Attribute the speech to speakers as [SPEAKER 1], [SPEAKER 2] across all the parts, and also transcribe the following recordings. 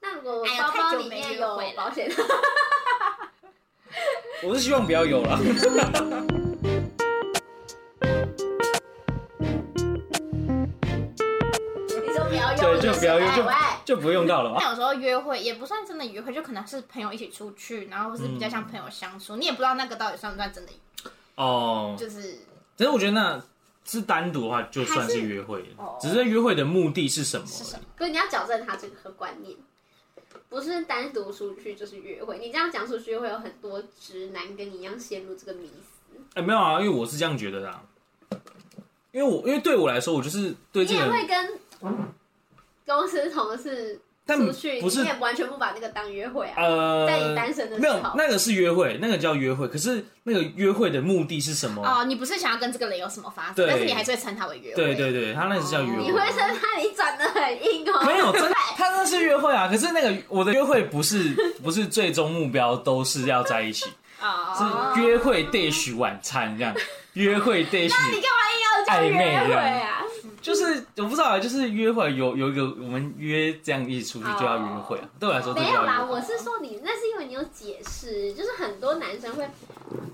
[SPEAKER 1] 如果我
[SPEAKER 2] 哎呀
[SPEAKER 1] 包
[SPEAKER 2] 太
[SPEAKER 1] 包
[SPEAKER 2] 久
[SPEAKER 1] 里
[SPEAKER 2] 没
[SPEAKER 1] 面
[SPEAKER 2] 约
[SPEAKER 1] 有
[SPEAKER 2] 会了
[SPEAKER 1] 保险，
[SPEAKER 3] 我是希望不要有了。
[SPEAKER 1] 你说不要用，
[SPEAKER 3] 对，就不要用，
[SPEAKER 1] 哎
[SPEAKER 3] 就
[SPEAKER 1] 喂
[SPEAKER 3] 就不用到了吧。
[SPEAKER 2] 但有时候约会也不算真的约会，就可能是朋友一起出去，然后或是比较
[SPEAKER 3] 嗯
[SPEAKER 2] 像朋友相处，你也不知道那个到底算不算真的，
[SPEAKER 3] 哦，
[SPEAKER 2] 就是
[SPEAKER 3] 只是我觉得那是单独的话，就算是约会
[SPEAKER 1] 哦
[SPEAKER 3] 了，只是约会的目的是什么？
[SPEAKER 2] 是什么？
[SPEAKER 1] 不是你要矫正他这个观念，不是单独出去就是约会。你这样讲出去，会有很多直男跟你一样陷入这个迷思。
[SPEAKER 3] 哎、没有啊，因为我是这样觉得的、啊，因为我因为对我来说，我就是对
[SPEAKER 1] 你
[SPEAKER 3] 这
[SPEAKER 1] 也
[SPEAKER 3] 个，
[SPEAKER 1] 会跟公司同事
[SPEAKER 3] 但
[SPEAKER 1] 出去，
[SPEAKER 3] 不是
[SPEAKER 1] 你也完全不把那个当约会啊。
[SPEAKER 3] 呃，
[SPEAKER 1] 在你单身的
[SPEAKER 3] 没
[SPEAKER 1] 时
[SPEAKER 3] 有
[SPEAKER 1] 候，
[SPEAKER 3] 那个是约会，那个叫约会，可是那个约会的目的是什么？
[SPEAKER 2] 哦，你不是想要跟这个人有什么发展，
[SPEAKER 3] 对
[SPEAKER 2] 但是你还是会称他为约会。
[SPEAKER 3] 对对对，他那是叫约
[SPEAKER 2] 哦
[SPEAKER 3] 会。
[SPEAKER 1] 你会生怕你转的很硬哦。
[SPEAKER 3] 没有，真的，他那是约会啊。可是那个我的约会不是不是最终目标，都是要在一起，
[SPEAKER 2] 哦，
[SPEAKER 3] 是约会 dash 晚餐这样，约会 dash
[SPEAKER 1] 哦你干嘛硬要叫
[SPEAKER 3] 暧昧
[SPEAKER 1] 约
[SPEAKER 3] 这
[SPEAKER 1] 会啊
[SPEAKER 3] 样？就是我不知道啊，就是约会有有一个我们约这样一起出去就要约会啊，对我来说这
[SPEAKER 1] 哦没
[SPEAKER 3] 就
[SPEAKER 1] 有
[SPEAKER 3] 叫约
[SPEAKER 1] 啦，
[SPEAKER 3] 会
[SPEAKER 1] 我是说你那是因为你有解释，就是很多男生会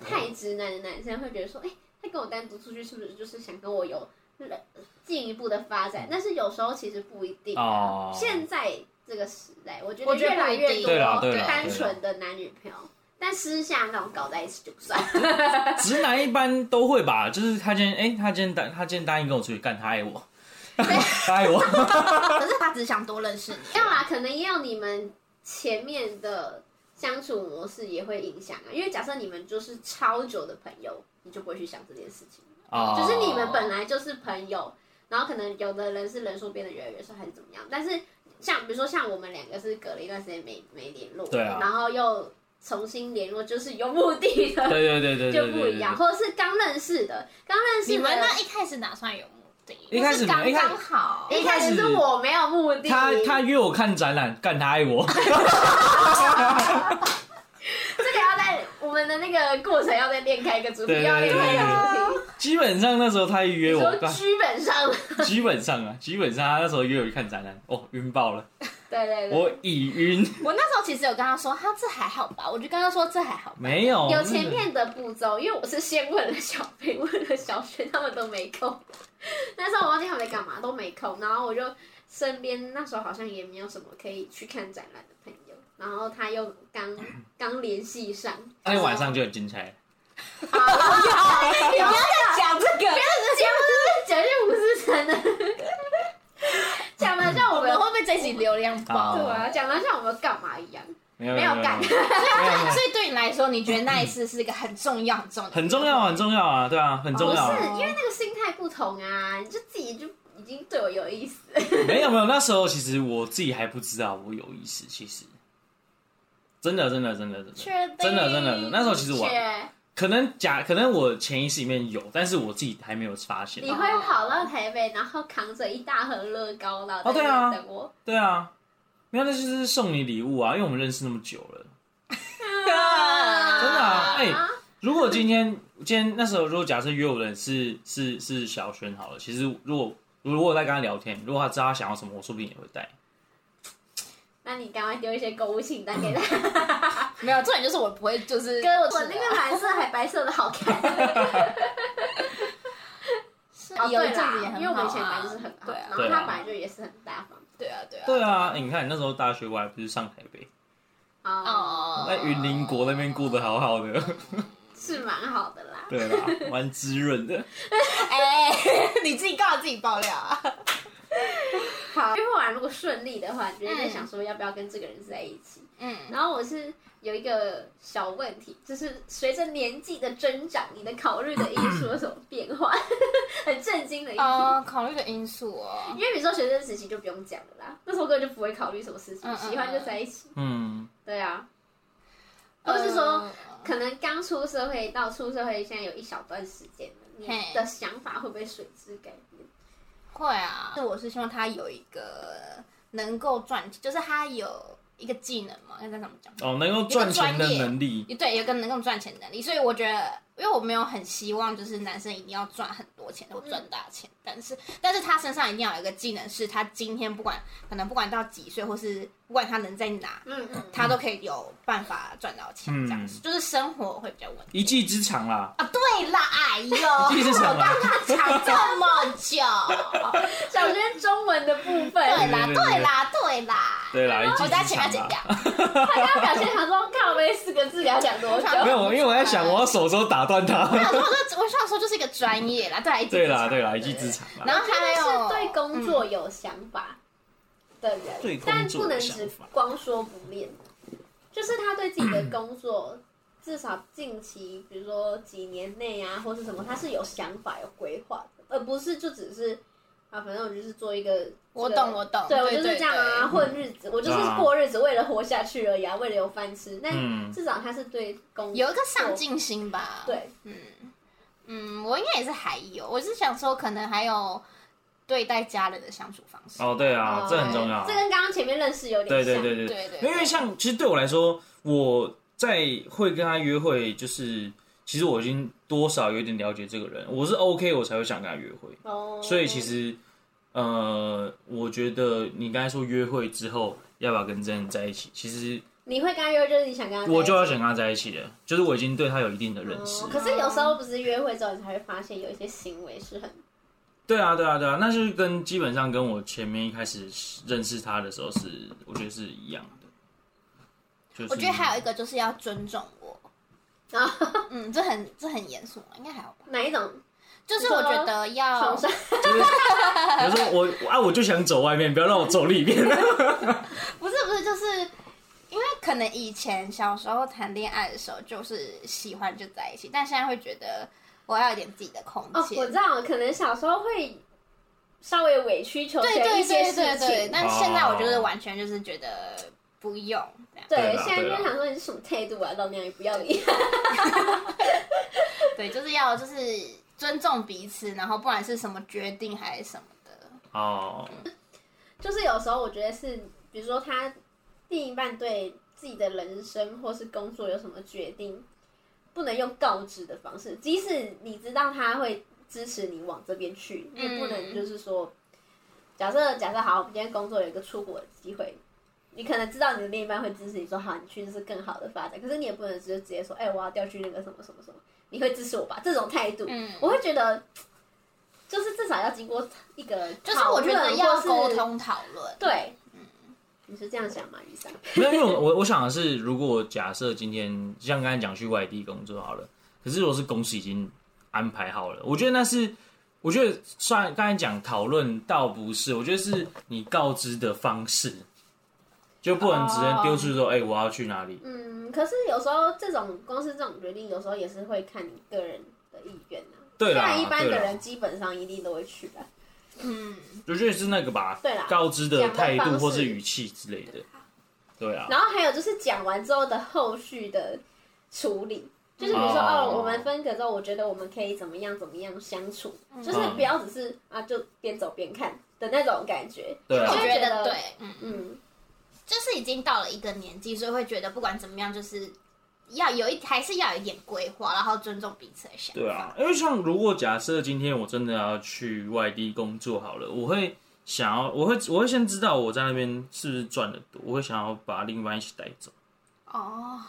[SPEAKER 1] 太直男的男生会觉得说，哎、他跟我单独出去是不是就是想跟我有进一步的发展？但是有时候其实不一定。啊
[SPEAKER 3] 哦，
[SPEAKER 1] 现在这个时代，我觉得
[SPEAKER 2] 我觉得
[SPEAKER 1] 越来
[SPEAKER 2] 不一
[SPEAKER 1] 越
[SPEAKER 2] 定
[SPEAKER 3] 对啦
[SPEAKER 1] 多
[SPEAKER 3] 对啦
[SPEAKER 1] 单纯的男女朋友，但私下那种搞在一起就不算。
[SPEAKER 3] 直男一般都会吧，就是他今天，哎、他今天答，他今天答应跟我出去，干他爱我，他爱 我，
[SPEAKER 2] 可是他只是想多认识你。
[SPEAKER 1] 没有啦，可能也有你们前面的相处模式也会影响啊。因为假设你们就是超久的朋友，你就不会去想这件事情。
[SPEAKER 3] 哦
[SPEAKER 1] 就是你们本来就是朋友，然后可能有的人是人数变得越来越少还是怎么样，但是像比如说像我们两个是隔了一段时间没没联络，
[SPEAKER 3] 对啊
[SPEAKER 1] 然后又重新联络，就是有目的的。
[SPEAKER 3] 哦对对对对对
[SPEAKER 1] 就
[SPEAKER 3] 对
[SPEAKER 1] 不
[SPEAKER 3] 对
[SPEAKER 1] 一样，或者是刚认识的，刚 认识
[SPEAKER 2] 你
[SPEAKER 1] 的
[SPEAKER 2] 们那一开始打算有目的？
[SPEAKER 3] 一开
[SPEAKER 2] 或是
[SPEAKER 3] 始一
[SPEAKER 2] 刚
[SPEAKER 3] 开始
[SPEAKER 2] 刚好。
[SPEAKER 1] 一开始是
[SPEAKER 3] 一开始
[SPEAKER 1] 我没有目的，
[SPEAKER 3] 他他约我看展览，干他爱我，
[SPEAKER 1] 这个要在我们的那个过程要再练开一个主题，
[SPEAKER 3] 对对
[SPEAKER 1] 要
[SPEAKER 3] 对
[SPEAKER 1] 练开一个主题。
[SPEAKER 3] 基本上那时候他约我，
[SPEAKER 1] 说基本上，
[SPEAKER 3] 干 基本上啊，基本上他那时候约我去看展览，哦，晕爆了，
[SPEAKER 1] 对对对，
[SPEAKER 3] 我已晕，
[SPEAKER 2] 我那时候其实有跟他说，他这还好吧，我就跟他说这还好吧。
[SPEAKER 3] 没有，
[SPEAKER 1] 有前面的步骤，因为我是先问了小飞，问了小轩，他们都没空。 那时候我忘记他们在干嘛，都没空。然后我就身边那时候好像也没有什么可以去看展览的朋友，然后他又 刚刚联系上，
[SPEAKER 3] 那哎天晚上就很精彩，
[SPEAKER 1] 啊
[SPEAKER 2] 你不要再讲这个，
[SPEAKER 1] 节目是讲一些不是真的， 讲的像我
[SPEAKER 2] 我
[SPEAKER 1] 们
[SPEAKER 2] 们
[SPEAKER 3] 哦
[SPEAKER 2] 会不会这集流量爆？
[SPEAKER 3] 好
[SPEAKER 1] 对啊，讲的像我们干嘛一样。
[SPEAKER 3] 没有
[SPEAKER 1] 没
[SPEAKER 3] 没
[SPEAKER 1] 有
[SPEAKER 3] 有没
[SPEAKER 1] 干
[SPEAKER 3] 有，没有没有
[SPEAKER 2] 所以对你来说，你觉得那一次是一个很重要、很重要、
[SPEAKER 3] 很重要很重要啊，对啊，很重
[SPEAKER 1] 不
[SPEAKER 3] 要啊
[SPEAKER 1] 是，，因为那个心态不同啊，你就自己就已经对我有意思。
[SPEAKER 3] 没有没有，那时候其实我自己还不知道我有意思，其实真的真的真的真的
[SPEAKER 2] 确定
[SPEAKER 3] 真的真的真的那时候其实我
[SPEAKER 1] 且
[SPEAKER 3] 可能假可能我潜意识里面有，但是我自己还没有发现
[SPEAKER 1] 你。会跑到台北，然后扛着一大盒乐高，然后
[SPEAKER 3] 哦
[SPEAKER 1] 在
[SPEAKER 3] 对
[SPEAKER 1] 那
[SPEAKER 3] 啊
[SPEAKER 1] 边等我。
[SPEAKER 3] 对啊，没有，那就是送你礼物啊，因为我们认识那么久了。
[SPEAKER 2] 真
[SPEAKER 3] 的啊哎如果今天今天那时候，如果假设约我的人是是是小轩好了，其实如果如果我在跟他聊天，如果他知道他想要什么，我说不定也会带。
[SPEAKER 1] 那你赶快丢一些购物清单给他。
[SPEAKER 2] 没有重点就是我不会就是
[SPEAKER 1] 哥，我那个蓝色还白色的好看。哦，
[SPEAKER 2] 有一
[SPEAKER 1] 对
[SPEAKER 2] 阵
[SPEAKER 1] 啦
[SPEAKER 2] 子也，很
[SPEAKER 1] 因为我们以前
[SPEAKER 2] 好
[SPEAKER 1] 本来
[SPEAKER 2] 啊
[SPEAKER 1] 就是很好，
[SPEAKER 2] 对啊
[SPEAKER 1] 然后
[SPEAKER 3] 对
[SPEAKER 1] 他
[SPEAKER 3] 啊
[SPEAKER 1] 本来就也是很大方。
[SPEAKER 2] 对啊对啊
[SPEAKER 3] 对啊，欸你看那时候大学我还不是上台北，
[SPEAKER 1] 哦，
[SPEAKER 2] 哦
[SPEAKER 3] 在云林国那边过得好好的，
[SPEAKER 1] 是蛮好的啦。
[SPEAKER 3] 对啦，蛮滋润的。
[SPEAKER 2] 哎， 你自己告诉自己爆料啊！
[SPEAKER 1] 好，因为后来如果顺利的话，你就在想说要不要跟这个人在一起。
[SPEAKER 2] 嗯，
[SPEAKER 1] 然后我是有一个小问题，就是随着年纪的增长，你的考虑的因素有什么变化？ 很震惊的一题。
[SPEAKER 2] 哦，考虑的因素哦
[SPEAKER 1] 因，为比如说学生时期就不用讲了啦，那时候根本就不会考虑什么事情，
[SPEAKER 2] 嗯嗯
[SPEAKER 1] 喜欢就在一起。
[SPEAKER 3] 嗯，
[SPEAKER 1] 对啊，或是说
[SPEAKER 2] 呃，
[SPEAKER 1] 可能刚出社会到出社会，现在有一小段时间了，你
[SPEAKER 2] 嘿
[SPEAKER 1] 的想法会不会随之改变？
[SPEAKER 2] 会啊，那我是希望他有一个能够赚钱，就是他有。一个技能嘛，要该怎么讲？
[SPEAKER 3] 哦，能够赚钱的能力，
[SPEAKER 2] 对，有一个能够赚钱的能力，所以我觉得，因为我没有很希望就是男生一定要赚很多钱或
[SPEAKER 1] 嗯
[SPEAKER 2] 赚大钱，但是但是他身上一定要有一个技能，是他今天不管可能不管到几岁，或是不管他人在哪，
[SPEAKER 1] 嗯嗯，
[SPEAKER 2] 他都可以有办法赚到钱，
[SPEAKER 3] 嗯
[SPEAKER 2] 这样子、就是生活会比较稳定。
[SPEAKER 3] 一技之长啦，
[SPEAKER 2] 啊，对啦，哎呦，
[SPEAKER 3] 一技之长啦，
[SPEAKER 2] 长这么 久，
[SPEAKER 1] 小轩中文的部分，
[SPEAKER 2] 对
[SPEAKER 1] 他
[SPEAKER 2] 啦，对啦，对啦，
[SPEAKER 3] 对啦，一技
[SPEAKER 2] 我
[SPEAKER 3] 之
[SPEAKER 2] 在前面
[SPEAKER 3] 长啊
[SPEAKER 2] 剪掉啊
[SPEAKER 3] 啦。。
[SPEAKER 1] 刚刚表现想说“靠背”四个字，给他讲多久？
[SPEAKER 2] 没
[SPEAKER 3] 没有，因为我 在想，我要手手打断他。
[SPEAKER 2] 我说我想说就是一个专业啦，对啊啦，一技之
[SPEAKER 3] 对啦，
[SPEAKER 2] 长
[SPEAKER 3] 对啦，一技之。长啊啦。
[SPEAKER 2] 然后还有
[SPEAKER 1] 是对工作有想法的人，
[SPEAKER 3] 嗯对工作
[SPEAKER 1] 但
[SPEAKER 3] 有
[SPEAKER 1] 不能只
[SPEAKER 3] 想法
[SPEAKER 1] 光说不练，就是他对自己的工作。至少近期，比如说几年内啊，或是什么，他是有想法、有规划的，而不是就只是啊，反正我就是做一个，
[SPEAKER 2] 我
[SPEAKER 1] 这个
[SPEAKER 2] 懂，我懂，
[SPEAKER 1] 对我就是这样啊，
[SPEAKER 2] 对
[SPEAKER 1] 混日子，我就是
[SPEAKER 3] 对啊
[SPEAKER 1] 过日子，为了活下去而已啊，为了有饭吃。但
[SPEAKER 3] 嗯
[SPEAKER 1] 至少他是对工
[SPEAKER 2] 有一个上进心吧。，
[SPEAKER 1] 对，
[SPEAKER 2] 嗯，我应该也是还有，我是想说可能还有对待家人的相处方式。
[SPEAKER 3] 哦，对啊，这很重要
[SPEAKER 1] 这。跟刚刚前面认识有点
[SPEAKER 3] 对对
[SPEAKER 1] 像
[SPEAKER 3] 对对，
[SPEAKER 2] 对对，
[SPEAKER 3] 因为像其实对我来说，我在会跟他约会，就是其实我已经多少有点了解这个人，我是 OK，我才会想跟他约会。
[SPEAKER 1] 哦，
[SPEAKER 3] 所以其实，呃，我觉得你刚才说约会之后要不要跟这个人在一起，其实
[SPEAKER 1] 你会跟他约，就是你想跟他在一起，
[SPEAKER 3] 我就要想跟他在一起了，就是我已经对他有一定的认识
[SPEAKER 1] 哦
[SPEAKER 3] 了。
[SPEAKER 1] 可是有时候不是约会之后，你才会发现有一些行为是很
[SPEAKER 3] 对啊，对啊，对啊，那就是跟基本上跟我前面一开始认识他的时候是，我觉得是一样的。就是
[SPEAKER 2] 我觉得还有一个就是要尊重我。
[SPEAKER 1] 啊
[SPEAKER 2] 嗯，这很这很严肃吗？应该还好吧。
[SPEAKER 1] 哪一种
[SPEAKER 2] 就是我觉得要
[SPEAKER 1] 床上
[SPEAKER 3] 有时候我啊，我就想走外面，不要让我走里面。
[SPEAKER 2] 不是不是，就是因为可能以前小时候谈恋爱的时候，就是喜欢就在一起，但现在会觉得我要有点自己的空
[SPEAKER 1] 哦，
[SPEAKER 2] 间。
[SPEAKER 1] 我知道，可能小时候会稍微委曲求
[SPEAKER 2] 对
[SPEAKER 1] 全一
[SPEAKER 2] 对
[SPEAKER 1] 些
[SPEAKER 2] 对
[SPEAKER 1] 事
[SPEAKER 2] 对对，
[SPEAKER 1] 情。
[SPEAKER 2] 但现在我就是完全就是觉得不用这样，
[SPEAKER 3] 对
[SPEAKER 1] 对，
[SPEAKER 3] 啦
[SPEAKER 1] 现在
[SPEAKER 3] 对啦
[SPEAKER 1] 就想说你是什么态度啊，老娘也不要你。
[SPEAKER 2] 对，就是要就是尊重彼此，然后不管是什么决定还是什么的，
[SPEAKER 3] 哦，
[SPEAKER 1] 就是有时候我觉得是，比如说他另一半对自己的人生或是工作有什么决定，不能用告知的方式，即使你知道他会支持你往这边去，
[SPEAKER 2] 嗯
[SPEAKER 1] 你也不能就是说，假设假设好，我们今天工作有一个出国的机会。你可能知道你的另一半会支持你说好，你去就是更好的发展，可是你也不能就直接说，哎、我要调去那个什么什么什么，你会支持我吧？这种态度，
[SPEAKER 2] 嗯
[SPEAKER 1] 我会觉得，就是至少要经过一个
[SPEAKER 2] 就是
[SPEAKER 1] 讨
[SPEAKER 2] 我觉得
[SPEAKER 1] 论
[SPEAKER 2] 要
[SPEAKER 1] 或是
[SPEAKER 2] 沟通讨论。
[SPEAKER 1] 对，嗯你是这样想吗，医生？
[SPEAKER 3] 没有，因为我我我想的是，如果假设今天像刚才讲去外地工作好了，可是如果是公司已经安排好了，我觉得那是，我觉得算刚才讲讨论倒不是，我觉得是你告知的方式，就不能直接丢出说，哎、我要去哪里，
[SPEAKER 1] 嗯，可是有时候这种公司这种决定，有时候也是会看你个人的意愿啊。
[SPEAKER 3] 对啦
[SPEAKER 1] 虽然一般
[SPEAKER 3] 对
[SPEAKER 1] 的
[SPEAKER 3] 啦
[SPEAKER 1] 人基本上一定都会去的。
[SPEAKER 2] 嗯，
[SPEAKER 3] 我觉得是那个吧，
[SPEAKER 1] 对啦
[SPEAKER 3] 告知的态
[SPEAKER 1] 讲
[SPEAKER 3] 度
[SPEAKER 1] 的方式
[SPEAKER 3] 或是语气之类的，对啊，
[SPEAKER 1] 然后还有就是讲完之后的后续的处理，就是比如说
[SPEAKER 3] 哦
[SPEAKER 1] 哦我们分隔之后，我觉得我们可以怎么样怎么样相处，
[SPEAKER 2] 嗯
[SPEAKER 1] 就是不要只是啊就边走边看的那种感觉。
[SPEAKER 3] 对啊
[SPEAKER 2] 我
[SPEAKER 1] 就会
[SPEAKER 2] 觉得
[SPEAKER 1] 得，
[SPEAKER 2] 对，嗯，
[SPEAKER 1] 嗯，
[SPEAKER 2] 就是已经到了一个年纪，所以会觉得不管怎么样，就是要有一还是要有一点规划，然后尊重彼此的想法。
[SPEAKER 3] 对啊，因为像如果假设今天我真的要去外地工作好了，我会想要，我会我会先知道我在那边是不是赚的多，我会想要把另一半一起带 走。
[SPEAKER 2] 哦，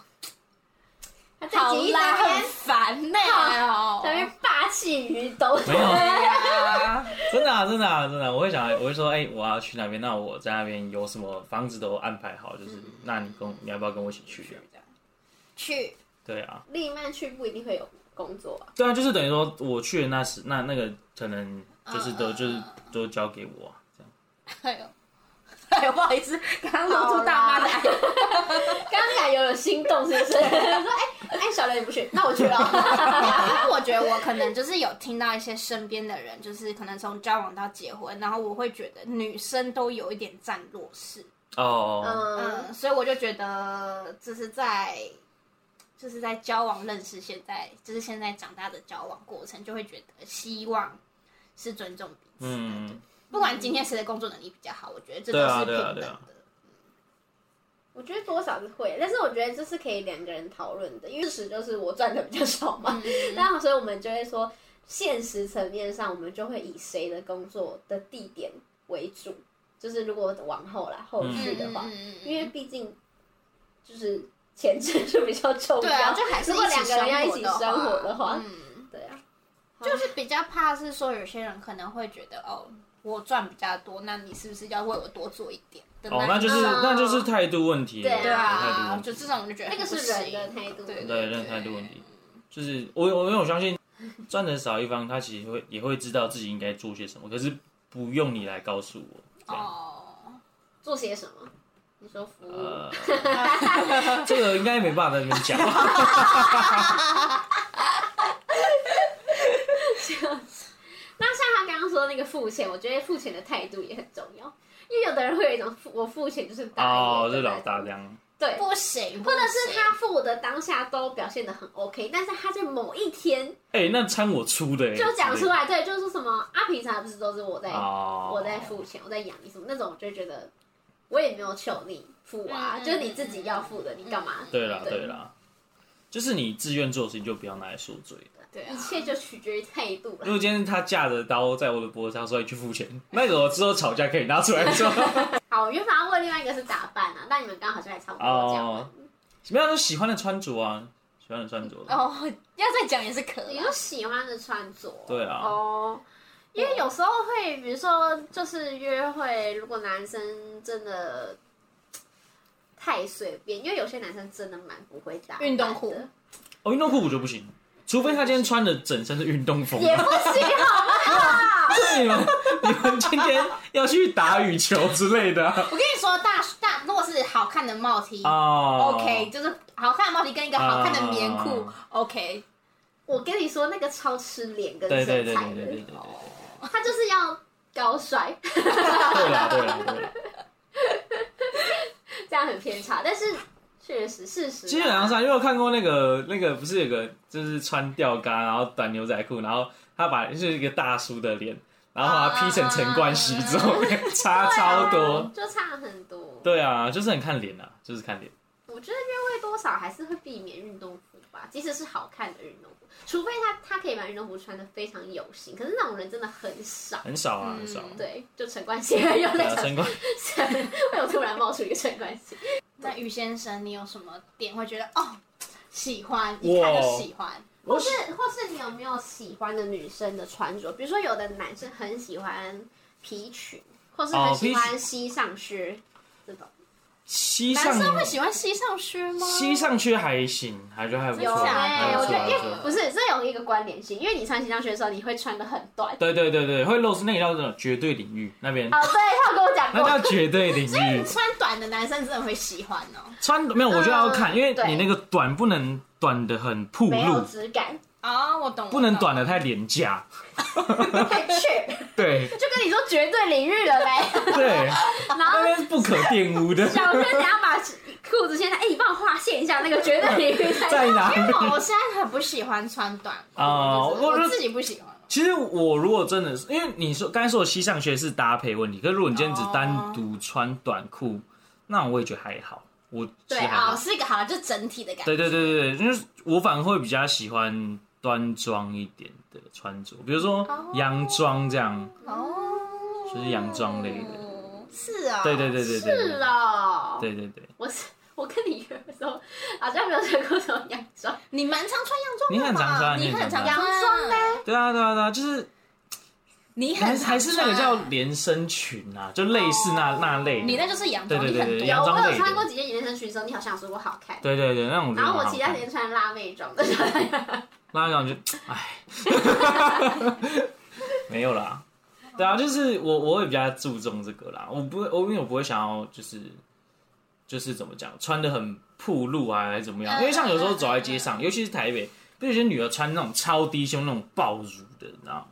[SPEAKER 1] 他自
[SPEAKER 2] 好
[SPEAKER 1] 己一直
[SPEAKER 2] 啦，
[SPEAKER 1] 在那
[SPEAKER 2] 很
[SPEAKER 1] 边
[SPEAKER 2] 烦呢、哦
[SPEAKER 1] 在那边霸气于斗。
[SPEAKER 3] 没有，
[SPEAKER 2] 对啊，
[SPEAKER 3] 真的啊，真的啊，真的啊、我会想，我会说，哎、我要去那边，那我在那边有什么房子都安排好，
[SPEAKER 2] 嗯
[SPEAKER 3] 就是那你跟我你要不要跟我一起去？
[SPEAKER 2] 去
[SPEAKER 3] 对啊，
[SPEAKER 1] 另一半去不一定会有工作啊。
[SPEAKER 3] 对啊，就是等于说我去的那时那那个可能就是都、
[SPEAKER 2] 嗯嗯嗯
[SPEAKER 3] 就是都交给我啊、这样。
[SPEAKER 2] 哎呦，哎呦，不好意思，刚刚露出大妈的爱。
[SPEAKER 1] 刚刚感有有心动，是不是？说哎哎，小雷你不去，那我去 了。
[SPEAKER 2] 因为我觉得我可能就是有听到一些身边的人，就是可能从交往到结婚，然后我会觉得女生都有一点占弱势，
[SPEAKER 3] 哦，
[SPEAKER 1] 嗯，
[SPEAKER 2] 嗯，所以我就觉得这是在。就是在交往认识，现在就是现在长大的交往过程，就会觉得希望是尊重彼此的，
[SPEAKER 3] 嗯，
[SPEAKER 2] 不管今天谁的工作能力比较好，我觉得这都
[SPEAKER 3] 对啊
[SPEAKER 2] 是
[SPEAKER 3] 对
[SPEAKER 2] 平
[SPEAKER 3] 啊
[SPEAKER 2] 等的。
[SPEAKER 3] 对啊
[SPEAKER 1] 我觉得多少是会，但是我觉得这是可以两个人讨论的，因为事实就是我赚的比较少嘛，
[SPEAKER 2] 嗯
[SPEAKER 1] 那、所以我们就会说，现实层面上我们就会以谁的工作的地点为主，就是如果往后啦后续的话，
[SPEAKER 2] 嗯嗯嗯嗯
[SPEAKER 1] 因为毕竟就是前置是比较重要，
[SPEAKER 2] 对啊，就还是
[SPEAKER 1] 如果两个人要一
[SPEAKER 2] 一
[SPEAKER 1] 起
[SPEAKER 2] 起生活
[SPEAKER 1] 生活的话，
[SPEAKER 2] 嗯，
[SPEAKER 1] 对啊，
[SPEAKER 2] 就是比较怕是说有些人可能会觉得哦，我赚比较多，那你是不是要为我多做一点？
[SPEAKER 3] 哦，那就是
[SPEAKER 1] 嗯
[SPEAKER 3] 那就是态度问题了，
[SPEAKER 1] 对啊
[SPEAKER 2] 对
[SPEAKER 3] 态度
[SPEAKER 2] 啊
[SPEAKER 3] 问，题
[SPEAKER 2] 就这种我就觉得
[SPEAKER 1] 那个
[SPEAKER 2] 很不
[SPEAKER 1] 是人
[SPEAKER 2] 行
[SPEAKER 1] 的态度
[SPEAKER 2] 对
[SPEAKER 3] 对，那态度问题，就是我我因为我相信赚的少一方，他其实会也会知道自己应该做些什么，可是不用你来告诉我，这样
[SPEAKER 2] 哦，
[SPEAKER 1] 做些什么？你说服务，
[SPEAKER 3] 呃，这个应该没办法在那边讲，
[SPEAKER 1] 那像他刚刚说那个付钱，我觉得付钱的态度也很重要，因为有的人会有一种付我付钱就是大
[SPEAKER 3] 哦，
[SPEAKER 1] 爷
[SPEAKER 3] 这
[SPEAKER 1] 的
[SPEAKER 3] 老
[SPEAKER 1] 那
[SPEAKER 3] 大
[SPEAKER 1] 种
[SPEAKER 3] 这样，
[SPEAKER 1] 对，
[SPEAKER 2] 不行，
[SPEAKER 1] 或者是
[SPEAKER 2] 不行
[SPEAKER 1] 他付的当下都表现的很 OK，但是他在某一天
[SPEAKER 3] 哎，那餐我出的，欸
[SPEAKER 1] 就讲出来，对，就是说什么啊，平常不是都是我在、
[SPEAKER 3] 哦，
[SPEAKER 1] 我在付钱，我在养你什么那种，我就会觉得我也没有求你付啊，
[SPEAKER 2] 嗯
[SPEAKER 1] 就是你自己要付的，你干嘛？
[SPEAKER 3] 嗯对啦，
[SPEAKER 1] 对
[SPEAKER 3] 对啦，就是你自愿做的事情就不要拿来说嘴。
[SPEAKER 2] 对啊
[SPEAKER 1] 一切就取决于态度
[SPEAKER 3] 如
[SPEAKER 1] 了。
[SPEAKER 3] 果今天他架着刀在我的脖子上说哎你去付钱，那个我之后吵架可以拿出来 说。
[SPEAKER 1] 好，我原本要问另外一个是打扮啊，但你们刚好像也差不多讲完
[SPEAKER 3] 哦。，什么样都喜欢的穿着啊，喜欢的穿着。
[SPEAKER 2] 哦，要再讲也是可以
[SPEAKER 1] 你，
[SPEAKER 2] 啊
[SPEAKER 1] 就喜欢的穿着，
[SPEAKER 3] 对啊
[SPEAKER 1] 哦，因为有时候会，比如说就是约会，如果男生真的太随便，因为有些男生真的蛮不会打扮的
[SPEAKER 2] 运动裤
[SPEAKER 3] 哦，运动裤我就不行，除非他今天穿的整身是运动风。
[SPEAKER 1] 也不行，啊好不好？
[SPEAKER 3] 你们你们今天要去打羽球之类的啊
[SPEAKER 2] 我跟你说，大大如果是好看的帽 T。
[SPEAKER 3] 哦
[SPEAKER 2] OK，就是好看的帽 T 跟一个好看的棉裤、
[SPEAKER 3] 啊
[SPEAKER 2] OK，
[SPEAKER 1] 我跟你说，那个超吃脸跟
[SPEAKER 3] 对对
[SPEAKER 1] 身
[SPEAKER 3] 对对
[SPEAKER 1] 材
[SPEAKER 3] 对对对
[SPEAKER 1] 的
[SPEAKER 3] 对，对
[SPEAKER 1] 他就是要高帅，
[SPEAKER 3] 对啦对啦对啦。
[SPEAKER 1] 这样很偏差，但是确实事实啊，
[SPEAKER 3] 基本上上，因为我看过那个那个不是有个就是穿吊嘎，然后短牛仔裤，然后他把就是一个大叔的脸，然后把他 P 成陈冠希之后，差超多。
[SPEAKER 1] 啊就差很多。
[SPEAKER 3] 对啊，就是很看脸啊，就是看脸。
[SPEAKER 1] 我觉得约会多少还是会避免运动服吧，即使是好看的运动服，除非他他可以把运动服穿的非常有型，可是那种人真的很少。
[SPEAKER 3] 很少啊，
[SPEAKER 2] 嗯
[SPEAKER 3] 很少。
[SPEAKER 1] 对，就陈冠希又
[SPEAKER 3] 对
[SPEAKER 1] 在
[SPEAKER 3] 啊，
[SPEAKER 1] 讲，
[SPEAKER 3] 陈冠，
[SPEAKER 1] 为什么突然冒出一个陈冠希？
[SPEAKER 2] 那于先生，你有什么点会觉得哦喜欢，一看就喜欢？
[SPEAKER 1] 或是或是你有没有喜欢的女生的穿着？比如说有的男生很喜欢皮裙，或是很
[SPEAKER 3] 哦
[SPEAKER 1] 喜
[SPEAKER 3] 皮
[SPEAKER 1] 欢
[SPEAKER 3] 裙
[SPEAKER 1] 膝上靴这种，
[SPEAKER 3] 西
[SPEAKER 2] 男
[SPEAKER 3] 上
[SPEAKER 2] 生会喜欢西上靴吗？
[SPEAKER 3] 西上靴还行，还觉得还不
[SPEAKER 1] 有
[SPEAKER 3] 错，
[SPEAKER 2] 假的
[SPEAKER 1] 哎、
[SPEAKER 3] 还
[SPEAKER 1] 我觉
[SPEAKER 3] 不错，
[SPEAKER 1] 得
[SPEAKER 3] 还
[SPEAKER 1] 因
[SPEAKER 3] 不
[SPEAKER 1] 为
[SPEAKER 3] 错。
[SPEAKER 1] 不是这有一个关联性，因为你穿膝上靴的时候你会穿的很短。
[SPEAKER 3] 对对对对，会露出那个叫做绝对领域那边，
[SPEAKER 1] 哦，对，他有跟我讲
[SPEAKER 3] 那
[SPEAKER 1] 过，
[SPEAKER 3] 叫绝对领域。
[SPEAKER 2] 穿短的男生真的会喜欢哦。
[SPEAKER 3] 穿没有，我就要看，
[SPEAKER 1] 嗯
[SPEAKER 3] 因为
[SPEAKER 1] 对
[SPEAKER 3] 你那个短不能短的很暴
[SPEAKER 1] 没有
[SPEAKER 3] 露，
[SPEAKER 1] 质感，
[SPEAKER 2] 啊，我懂，
[SPEAKER 3] 不能
[SPEAKER 2] 我懂
[SPEAKER 3] 短的太廉价。
[SPEAKER 1] 太去。
[SPEAKER 3] 对
[SPEAKER 1] 就跟你说绝对领域了呗。
[SPEAKER 3] 对，
[SPEAKER 1] 然后
[SPEAKER 3] 那边是不可玷污的。
[SPEAKER 1] 小轩，等一下把裤子先在，哎、你帮我划线一下那个绝对领域在
[SPEAKER 3] 在哪
[SPEAKER 2] 因
[SPEAKER 3] 里
[SPEAKER 2] 为哦我我现在很不喜欢穿短裤，
[SPEAKER 3] 啊
[SPEAKER 2] 就是
[SPEAKER 3] 我
[SPEAKER 2] 我自己不喜欢。
[SPEAKER 3] 其实我如果真的是，因为你说刚才说的西上靴是搭配问题，可是如果你今天只单独穿短裤，那我也觉得还好。我其
[SPEAKER 2] 对
[SPEAKER 3] 实还好
[SPEAKER 2] 啊，是一个好了，就整体的感觉。
[SPEAKER 3] 对对对对，因为我反而会比较喜欢端庄一点的穿着，比如说洋装这样，
[SPEAKER 2] 哦，
[SPEAKER 3] 就是洋装类的。
[SPEAKER 2] 是啊，
[SPEAKER 3] 对对对对对，
[SPEAKER 1] 是哦。
[SPEAKER 3] 对对对，
[SPEAKER 1] 我是我跟你约的时候，好像没有穿过什么洋装，
[SPEAKER 2] 你蛮常穿洋装的
[SPEAKER 3] 你很常
[SPEAKER 2] 吧？
[SPEAKER 3] 穿啊
[SPEAKER 2] 你
[SPEAKER 3] 你
[SPEAKER 2] 很
[SPEAKER 3] 很
[SPEAKER 2] 常
[SPEAKER 3] 常
[SPEAKER 2] 穿
[SPEAKER 1] 洋
[SPEAKER 3] 穿
[SPEAKER 1] 装嘞，
[SPEAKER 3] 对啊对啊对啊，就是
[SPEAKER 2] 你很
[SPEAKER 3] 还
[SPEAKER 2] 常
[SPEAKER 3] 还是那个叫
[SPEAKER 2] 穿啊
[SPEAKER 3] 连身裙啊，就类似那那类的。
[SPEAKER 2] 你那就是洋装，
[SPEAKER 3] 对对
[SPEAKER 2] 你很
[SPEAKER 3] 对嗯
[SPEAKER 2] 多
[SPEAKER 3] 洋
[SPEAKER 1] 有
[SPEAKER 3] 装
[SPEAKER 1] 我
[SPEAKER 3] 类的
[SPEAKER 1] 有穿过几件连身裙的时候，你好像有说过好看。
[SPEAKER 3] 对对对，那种我觉
[SPEAKER 1] 然
[SPEAKER 3] 得
[SPEAKER 1] 后我
[SPEAKER 3] 蛮好
[SPEAKER 1] 其他
[SPEAKER 3] 看
[SPEAKER 1] 几天穿辣妹装的，
[SPEAKER 3] 那种就 唉，没有啦。对啊，就是我我会比较注重这个啦，我不会，我因为我不会想要就是就是怎么讲，穿的很暴露啊，还是怎么
[SPEAKER 1] 嗯
[SPEAKER 3] 样？因为像有时候走在街上，尤其是台北，不是有些女的穿那种超低胸那种爆乳的，你知道吗？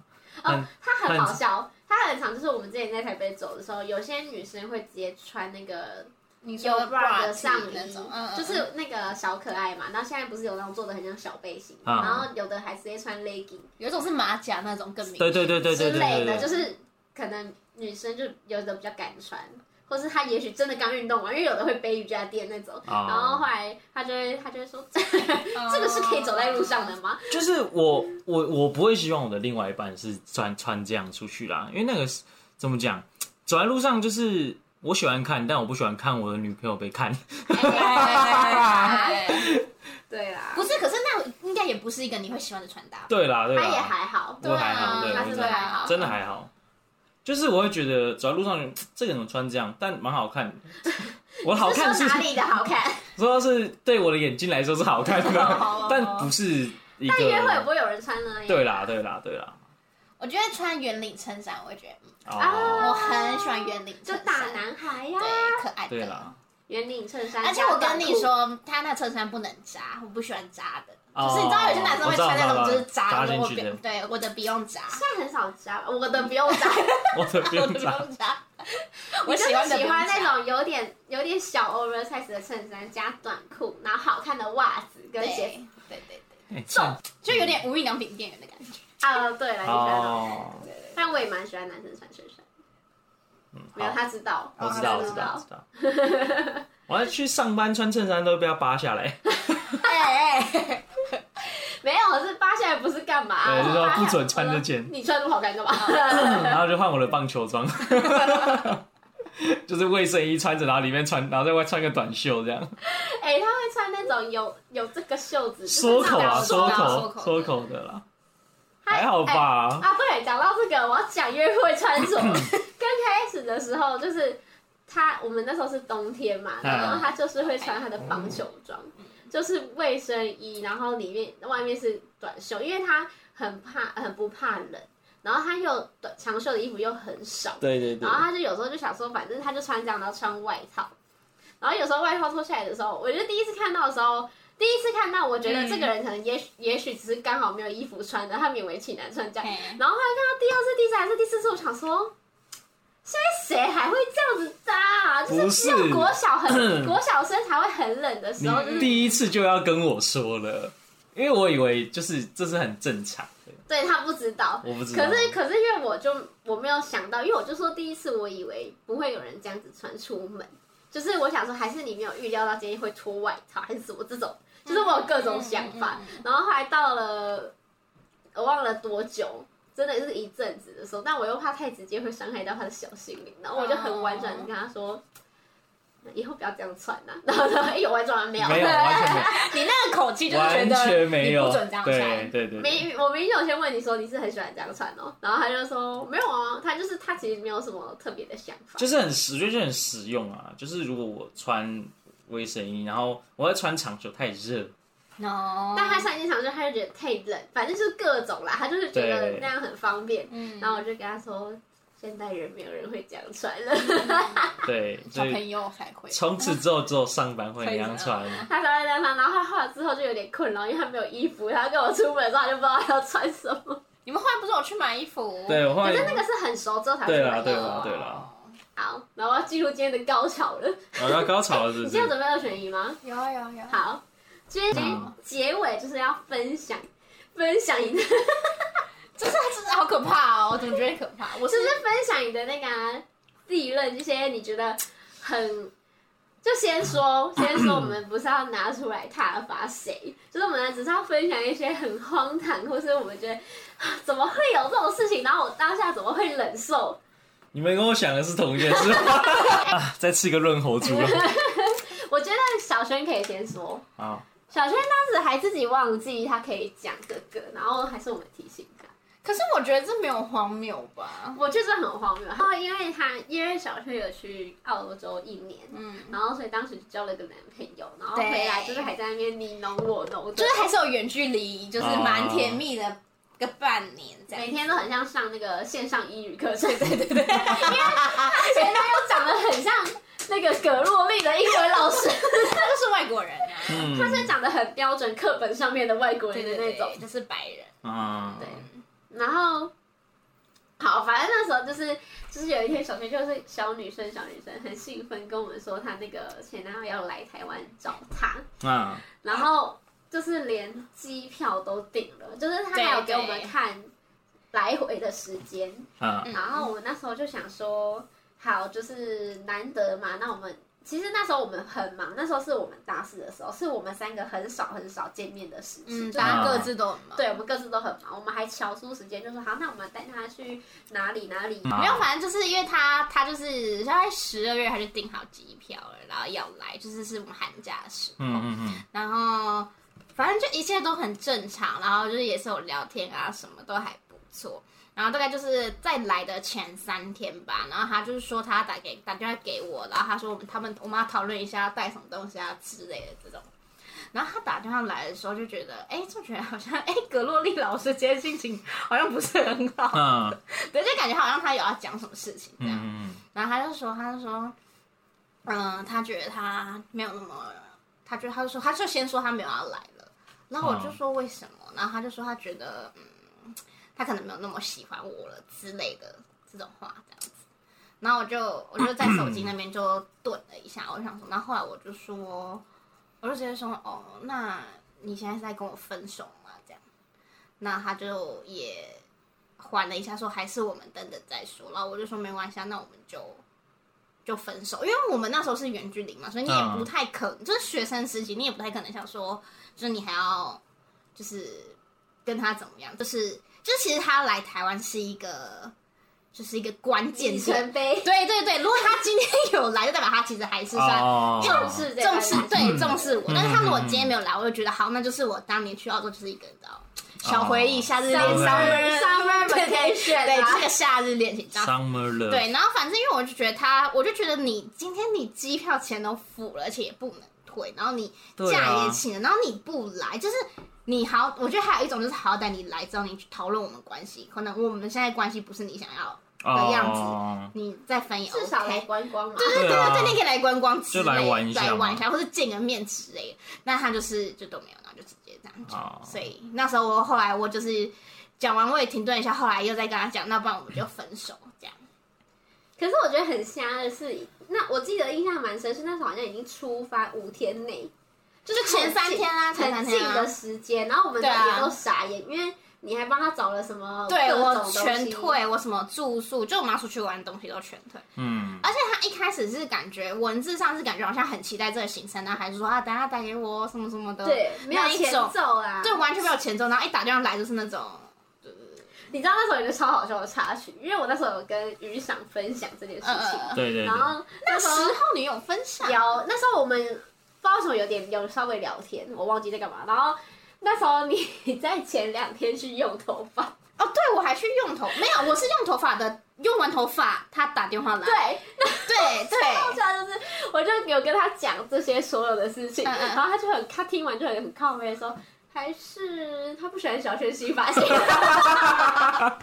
[SPEAKER 3] 很
[SPEAKER 1] 她很
[SPEAKER 3] 很
[SPEAKER 1] 好笑。她很常就是我们之前在台北走的时候，有些女生会直接穿那个
[SPEAKER 2] 你说
[SPEAKER 1] 有 bra 的
[SPEAKER 2] T
[SPEAKER 1] 上衣
[SPEAKER 2] 那种，嗯，嗯
[SPEAKER 1] 就是那个小可爱嘛。然后现在不是有那种做的很像小背心，
[SPEAKER 3] 嗯
[SPEAKER 1] 然后有的还直接穿 legging
[SPEAKER 2] 有一种是马甲那种更明显，
[SPEAKER 3] 对对对对对
[SPEAKER 1] 之
[SPEAKER 3] 对
[SPEAKER 1] 类
[SPEAKER 3] 对
[SPEAKER 1] 的，
[SPEAKER 3] 对，
[SPEAKER 1] 就是可能女生就有的比较敢穿，或是他也许真的刚运动完，因为有的会背瑜伽垫那种，
[SPEAKER 3] 啊
[SPEAKER 1] 然后后来他就会他就会 说，这个是可以走在路上的吗？
[SPEAKER 3] 就是我我我不会希望我的另外一半是穿穿这样出去啦，因为那个是怎么讲，走在路上就是我喜欢看，但我不喜欢看我的女朋友被看。
[SPEAKER 2] 哎。
[SPEAKER 1] 对啦
[SPEAKER 2] 不，是，可是那应该也不是一个你会喜欢的穿搭吧。
[SPEAKER 3] 对啦，对啦，
[SPEAKER 1] 他也还好，
[SPEAKER 3] 我还好，
[SPEAKER 2] 对
[SPEAKER 3] 对，
[SPEAKER 2] 啊，
[SPEAKER 3] 我
[SPEAKER 1] 他
[SPEAKER 3] 真
[SPEAKER 1] 是
[SPEAKER 3] 的
[SPEAKER 1] 会还好。
[SPEAKER 3] 真的还好。就是我会觉得走在路上，这个人怎么穿这样，但蛮好看的。我好看
[SPEAKER 1] 是
[SPEAKER 3] 是
[SPEAKER 1] 说哪里的好看？
[SPEAKER 3] 说是对我的眼睛来说是好看的但不是 一
[SPEAKER 1] 但约会也
[SPEAKER 3] 个
[SPEAKER 1] 不。会有人穿呢。
[SPEAKER 3] 对啦，对啦，对啦。
[SPEAKER 2] 我觉得穿圆领衬衫，我会觉得嗯
[SPEAKER 1] 啊
[SPEAKER 2] 我
[SPEAKER 3] 哦，
[SPEAKER 2] 很喜欢圆领
[SPEAKER 1] 就
[SPEAKER 2] 衬衫，
[SPEAKER 1] 大男孩呀、
[SPEAKER 2] 对可爱的。
[SPEAKER 3] 对啦，
[SPEAKER 1] 圆领衬衫，
[SPEAKER 2] 而且我跟你，说，他那衬衫不能扎，我不喜欢扎的。
[SPEAKER 3] 哦
[SPEAKER 2] 就是你知道有些男生会穿那种就是
[SPEAKER 3] 我
[SPEAKER 2] 扎
[SPEAKER 3] 知道
[SPEAKER 2] 的，
[SPEAKER 3] 我
[SPEAKER 2] 我
[SPEAKER 3] 知道扎进去的
[SPEAKER 2] 不对我的不用扎，
[SPEAKER 1] 现在很少扎，我的不用扎，
[SPEAKER 3] 我的
[SPEAKER 2] 我的
[SPEAKER 3] 边
[SPEAKER 2] 不
[SPEAKER 3] 长
[SPEAKER 2] 用扎。
[SPEAKER 1] 我
[SPEAKER 2] 我
[SPEAKER 1] 就是
[SPEAKER 2] 喜欢的 不
[SPEAKER 1] 喜
[SPEAKER 2] 用
[SPEAKER 1] 欢
[SPEAKER 2] 扎
[SPEAKER 1] 那种有点有点小 oversize 的衬衫加短裤，然后好看的袜子跟
[SPEAKER 2] 对
[SPEAKER 1] 鞋。
[SPEAKER 2] 对对对，
[SPEAKER 3] 哎
[SPEAKER 1] 重
[SPEAKER 2] 就有点无印良品店员的感觉。
[SPEAKER 1] 啊，对了，你喜欢那种，
[SPEAKER 3] 哦，
[SPEAKER 1] 但我也蛮喜欢男生穿衬衫。没有，
[SPEAKER 3] 嗯好
[SPEAKER 1] 他知道，
[SPEAKER 3] 我
[SPEAKER 2] 哦
[SPEAKER 3] 知道，我
[SPEAKER 1] 他
[SPEAKER 3] 知道，我知道。 我要去上班穿衬衫都被他扒下来，
[SPEAKER 2] 哎哎，
[SPEAKER 1] 没有，是扒下来不是干嘛？
[SPEAKER 3] 对，就说
[SPEAKER 1] 扒下
[SPEAKER 3] 不
[SPEAKER 1] 来
[SPEAKER 3] 准穿这件，
[SPEAKER 1] 你穿那么好看干嘛？
[SPEAKER 3] 然后就换我的棒 球装，就是卫生衣穿着，然后里面穿，然后在外穿个短袖这样，
[SPEAKER 1] 哎、他会穿那种有有这个袖子，就是
[SPEAKER 3] 缩口啊，
[SPEAKER 1] 那种
[SPEAKER 2] 缩
[SPEAKER 3] 缩
[SPEAKER 2] 口
[SPEAKER 3] 口，
[SPEAKER 2] 缩口
[SPEAKER 3] 缩
[SPEAKER 2] 哎
[SPEAKER 3] 口的啦，
[SPEAKER 1] 他
[SPEAKER 3] 还好吧？
[SPEAKER 1] 啊，对，讲到这个，我要讲约会穿着。刚开始的时候，就是他，我们那时候是冬天嘛，
[SPEAKER 3] 嗯
[SPEAKER 1] 然后他就是会穿他的棒球装，就是卫生衣，然后里面外面是短袖，因为他很怕，很不怕冷，然后他又短长袖的衣服又很少，
[SPEAKER 3] 对对
[SPEAKER 1] 然后
[SPEAKER 2] 啊
[SPEAKER 1] 他就有时候就想说，反正他就穿这样，然后穿外套。然后有时候外套脱下来的时候，我就第一次看到的时候，第一次看到，我觉得这个人可能也许、也许只是刚好没有衣服穿的，他勉为其难穿这样。
[SPEAKER 2] 嘿
[SPEAKER 1] 然后后来看到第二次、第三次、第四次，我想说，现在谁还会这样子搭啊？就
[SPEAKER 3] 不
[SPEAKER 1] 是只有
[SPEAKER 3] 是
[SPEAKER 1] 国小 很国小生才会很冷的时候，就是
[SPEAKER 3] 你第一次就要跟我说了，因为我以为就是这是很正常的，
[SPEAKER 1] 对他不知道。
[SPEAKER 3] 我不知道。
[SPEAKER 1] 可是可是因为我就我没有想到，因为我就说第一次我以为不会有人这样子穿出门，就是我想说还是你没有预料到今天会脱外套还是什么这种，就是我有各种想法。
[SPEAKER 2] 嗯嗯嗯
[SPEAKER 1] 然后后来到了我忘了多久，真的是一阵子的时候，但我又怕太直接会伤害到他的小心灵，然后我就很婉转的跟他说。以后不要这样穿呐、 然后他说：“哎、有完妆吗？没有，
[SPEAKER 3] 没有，完全没 有，
[SPEAKER 2] 你那个口气就是觉
[SPEAKER 3] 完
[SPEAKER 2] 得
[SPEAKER 3] 全没有，
[SPEAKER 2] 你不准这样
[SPEAKER 3] 对
[SPEAKER 2] 穿。
[SPEAKER 3] 对对对，
[SPEAKER 1] 没，我 明明有先问你说你是很喜欢这样穿哦，然后他就说没有啊，他就是他其实没有什么特别的想法，
[SPEAKER 3] 就是很实，我觉得就很实用啊。就是如果我穿卫生衣，然后我要穿长袖，太热，
[SPEAKER 2] No，
[SPEAKER 1] 但他上一件长袖他就觉得太冷，反正就是各种啦，他就是觉得
[SPEAKER 3] 对
[SPEAKER 1] 那样很方便，
[SPEAKER 2] 嗯
[SPEAKER 1] 然后我就跟他说，现代人没有人会这样穿了，
[SPEAKER 3] 对，
[SPEAKER 2] 小
[SPEAKER 3] 所以
[SPEAKER 2] 朋友才会。
[SPEAKER 3] 从此之后只有上班会那样穿。
[SPEAKER 1] 他才会这样穿，然后他后来之后就有点困扰，因为他没有衣服，他跟我出门的时候他就不知道他要穿什么，
[SPEAKER 2] 你们后来不是有去买衣服？
[SPEAKER 3] 对，我后
[SPEAKER 1] 可
[SPEAKER 3] 来
[SPEAKER 1] 是那个是很熟之后才出
[SPEAKER 3] 对啦
[SPEAKER 1] 来
[SPEAKER 3] 对啊
[SPEAKER 1] 的
[SPEAKER 3] 啦
[SPEAKER 1] 哦。
[SPEAKER 3] 对啦，
[SPEAKER 1] 好，然后我要进入今天的高潮了，
[SPEAKER 3] 我要高潮了，是
[SPEAKER 1] 你
[SPEAKER 3] 不
[SPEAKER 1] 今天有
[SPEAKER 3] 是？
[SPEAKER 1] 准备二选一吗？
[SPEAKER 2] 有啊有有。
[SPEAKER 1] 好，今天
[SPEAKER 3] 嗯
[SPEAKER 1] 结尾就是要分享分享你的，
[SPEAKER 2] 这是真的好可怕哦！我怎么觉得可怕？我
[SPEAKER 1] 就是是分享你的那个啊、自己认这些你觉得很。就先说，先说，我们不是要拿出来挞伐谁， 就是我们只是要分享一些很荒唐，或是我们觉得啊怎么会有这种事情，然后我当下怎么会忍受？
[SPEAKER 3] 你们跟我想的是同一件事吗？啊，再吃个润喉猪了
[SPEAKER 1] 我觉得小轩可以先说，
[SPEAKER 3] 啊！
[SPEAKER 1] 小轩当时还自己忘记他可以讲这个，然后还是我们提醒他。
[SPEAKER 2] 可是我觉得这没有荒谬吧？
[SPEAKER 1] 我觉得很荒谬。然后因为他因为小学有去澳洲一年，
[SPEAKER 2] 嗯，
[SPEAKER 1] 然后所以当时就交了个男朋友，然后回来就是还在那边你侬我侬的，
[SPEAKER 2] 就是还是有远距离，就是蛮甜蜜的，个半年这样。
[SPEAKER 1] 每 天都很像上那个线上英语课程，对对对对，因为他 前男友长得很像那个葛若丽的英文老 师，
[SPEAKER 2] 他就是外国人啊，
[SPEAKER 3] 嗯
[SPEAKER 1] 他是长得很标准课本上面的外国
[SPEAKER 2] 对
[SPEAKER 1] 人的
[SPEAKER 2] 对
[SPEAKER 1] 那种
[SPEAKER 2] 对，，就是白人。
[SPEAKER 3] 啊，
[SPEAKER 1] 然后。好，反正那时候就是就是有一天，小学就是小女生，小女生很兴奋跟我们说，她那个前男友要来台湾找她，
[SPEAKER 3] 啊，
[SPEAKER 1] 然后就是连机票都订了，就是他
[SPEAKER 2] 对
[SPEAKER 1] 还有给我们
[SPEAKER 2] 对
[SPEAKER 1] 看来回的时间。
[SPEAKER 3] 啊，
[SPEAKER 2] 嗯
[SPEAKER 1] 然后我那时候就想说，好，就是难得嘛，那我们其实那时候我们很忙，那时候是我们大四的时候，是我们三个很少很少见面的时期，
[SPEAKER 2] 嗯，
[SPEAKER 1] 就是
[SPEAKER 2] 大家各自都很忙。
[SPEAKER 1] 对，我们各自都很忙，我们还瞧出时间，就说好，那我们带他去哪里哪里。
[SPEAKER 2] 没有，反正就是因为他，他就是大概十二月他就订好机票了，然后要来，就是是我们寒假的时候，
[SPEAKER 3] 嗯嗯嗯，
[SPEAKER 2] 然后反正就一切都很正常，然后就是也是有聊天啊，什么都还不错。然后大概就是在来的前三天吧，然后他就是说他打给打电话给我，然后他说我们他们我们要讨论一下要带什么东西啊之类的这种。然后他打电话来的时候就觉得，哎，就觉得好像哎葛洛丽老师今天心情好像不是很好，
[SPEAKER 3] 嗯
[SPEAKER 2] 对，就感觉好像他有要讲什么事情这样。
[SPEAKER 3] 嗯
[SPEAKER 2] 然后他就说，他就说，嗯、他觉得他没有那么，他觉得他就说，他就先说他没有要来了，然后我就说为什么？然后他就说他觉得，嗯，他可能没有那么喜欢我了之类的这种话，这样子。然后我就我就在手机那边就顿了一下，我就想说，然后后来我就说，我就直接说，哦，那你现在是在跟我分手吗？这样，那他就也缓了一下，说还是我们等等再说。然后我就说没关系啊，那我们就就分手，因为我们那时候是远距离嘛，所以你也
[SPEAKER 3] 嗯
[SPEAKER 2] 不太可能，就是学生时期，你也不太可能想说，就是你还要就是跟他怎么样，就是就其实他来台湾是一个。就是一个关键
[SPEAKER 1] 里
[SPEAKER 2] 点，
[SPEAKER 1] 程碑
[SPEAKER 2] 对对对，如果他今天 有来，就代表他其实还是算
[SPEAKER 3] 哦，
[SPEAKER 1] 重视这
[SPEAKER 2] 重视，
[SPEAKER 1] 段
[SPEAKER 2] 对重视我。
[SPEAKER 3] 嗯
[SPEAKER 2] 但是他如果
[SPEAKER 3] 嗯嗯
[SPEAKER 2] 今天没有来，我就觉得好，那就是我当年去澳洲就是一个你知道小回忆，
[SPEAKER 3] 哦
[SPEAKER 2] 夏日恋
[SPEAKER 1] summer
[SPEAKER 3] Summer-
[SPEAKER 1] summer
[SPEAKER 2] 对对
[SPEAKER 1] vacation
[SPEAKER 2] 对，
[SPEAKER 1] 啊
[SPEAKER 2] 这个夏日恋情，然后
[SPEAKER 3] summer love，
[SPEAKER 2] 对，然后反正因为我就觉得他，我就觉得你今天你机票钱都付了，而且也不能退，然后你
[SPEAKER 3] 对
[SPEAKER 2] 假
[SPEAKER 3] 啊
[SPEAKER 2] 也请了，然后你不来，就是你好，我觉得还有一种就是好歹你来之后，你去讨论我们关系，可能我们现在关系不是你想要，的样子
[SPEAKER 3] 哦
[SPEAKER 2] 你再分也 OK，
[SPEAKER 1] 至少来观光嘛。
[SPEAKER 2] 对对
[SPEAKER 3] 对
[SPEAKER 2] 对
[SPEAKER 3] 啊
[SPEAKER 2] 对，你可以来观光之类的，
[SPEAKER 3] 就来玩一下嘛
[SPEAKER 2] 来玩一下，或者见个面之类的。那他就是就都没有，然后就直接这样讲。
[SPEAKER 3] 哦
[SPEAKER 2] 所以那时候我后来我就是讲完我也停顿一下，后来又再跟他讲，那不然我们就分手这样。
[SPEAKER 1] 可是我觉得很瞎的是，那我记得印象蛮深是那时候好像已经出发五天内，
[SPEAKER 2] 就是前三天啊，前
[SPEAKER 1] 很
[SPEAKER 2] 三
[SPEAKER 1] 近
[SPEAKER 2] 天
[SPEAKER 1] 的
[SPEAKER 2] 啊，
[SPEAKER 1] 时间，然后我们
[SPEAKER 2] 对啊
[SPEAKER 1] 也都傻眼，因为你还帮他找了什么哦
[SPEAKER 2] 对
[SPEAKER 1] 各种
[SPEAKER 2] 我
[SPEAKER 1] 东西
[SPEAKER 2] 全，退，我什么住宿，就我妈出去玩的东西都全退。
[SPEAKER 3] 嗯，
[SPEAKER 2] 而且他一开始是感觉文字上是感觉好像很期待这个行程啊，还是说啊等一下打给我什么什么的，
[SPEAKER 1] 对，没有
[SPEAKER 2] 那一
[SPEAKER 1] 前
[SPEAKER 2] 种
[SPEAKER 1] 奏啊，
[SPEAKER 2] 对，完全没有前奏，然后一打电话来就是那种。
[SPEAKER 1] 你知道那时候有一个超好笑的插曲，因为我那时候有跟于想分享这件事情，
[SPEAKER 2] 嗯嗯嗯
[SPEAKER 3] 对对
[SPEAKER 1] 然
[SPEAKER 3] 对，
[SPEAKER 1] 后那时候
[SPEAKER 2] 时候你有分享
[SPEAKER 1] 聊，那时候我们不知道为什么有点有稍微聊天，我忘记在干嘛。然后那时候你你 在前两天去用头发，
[SPEAKER 2] 哦，对，我还去用头，没有，我是用头发的，用完头发他打电话来，
[SPEAKER 1] 对，
[SPEAKER 2] 对
[SPEAKER 1] 好
[SPEAKER 2] 对，
[SPEAKER 1] 笑就是我就有跟他讲这些所有的事情，
[SPEAKER 2] 嗯嗯
[SPEAKER 1] 然后他就很他听完就很很靠背说。还是他不喜欢小圈洗 发型，
[SPEAKER 2] 哎，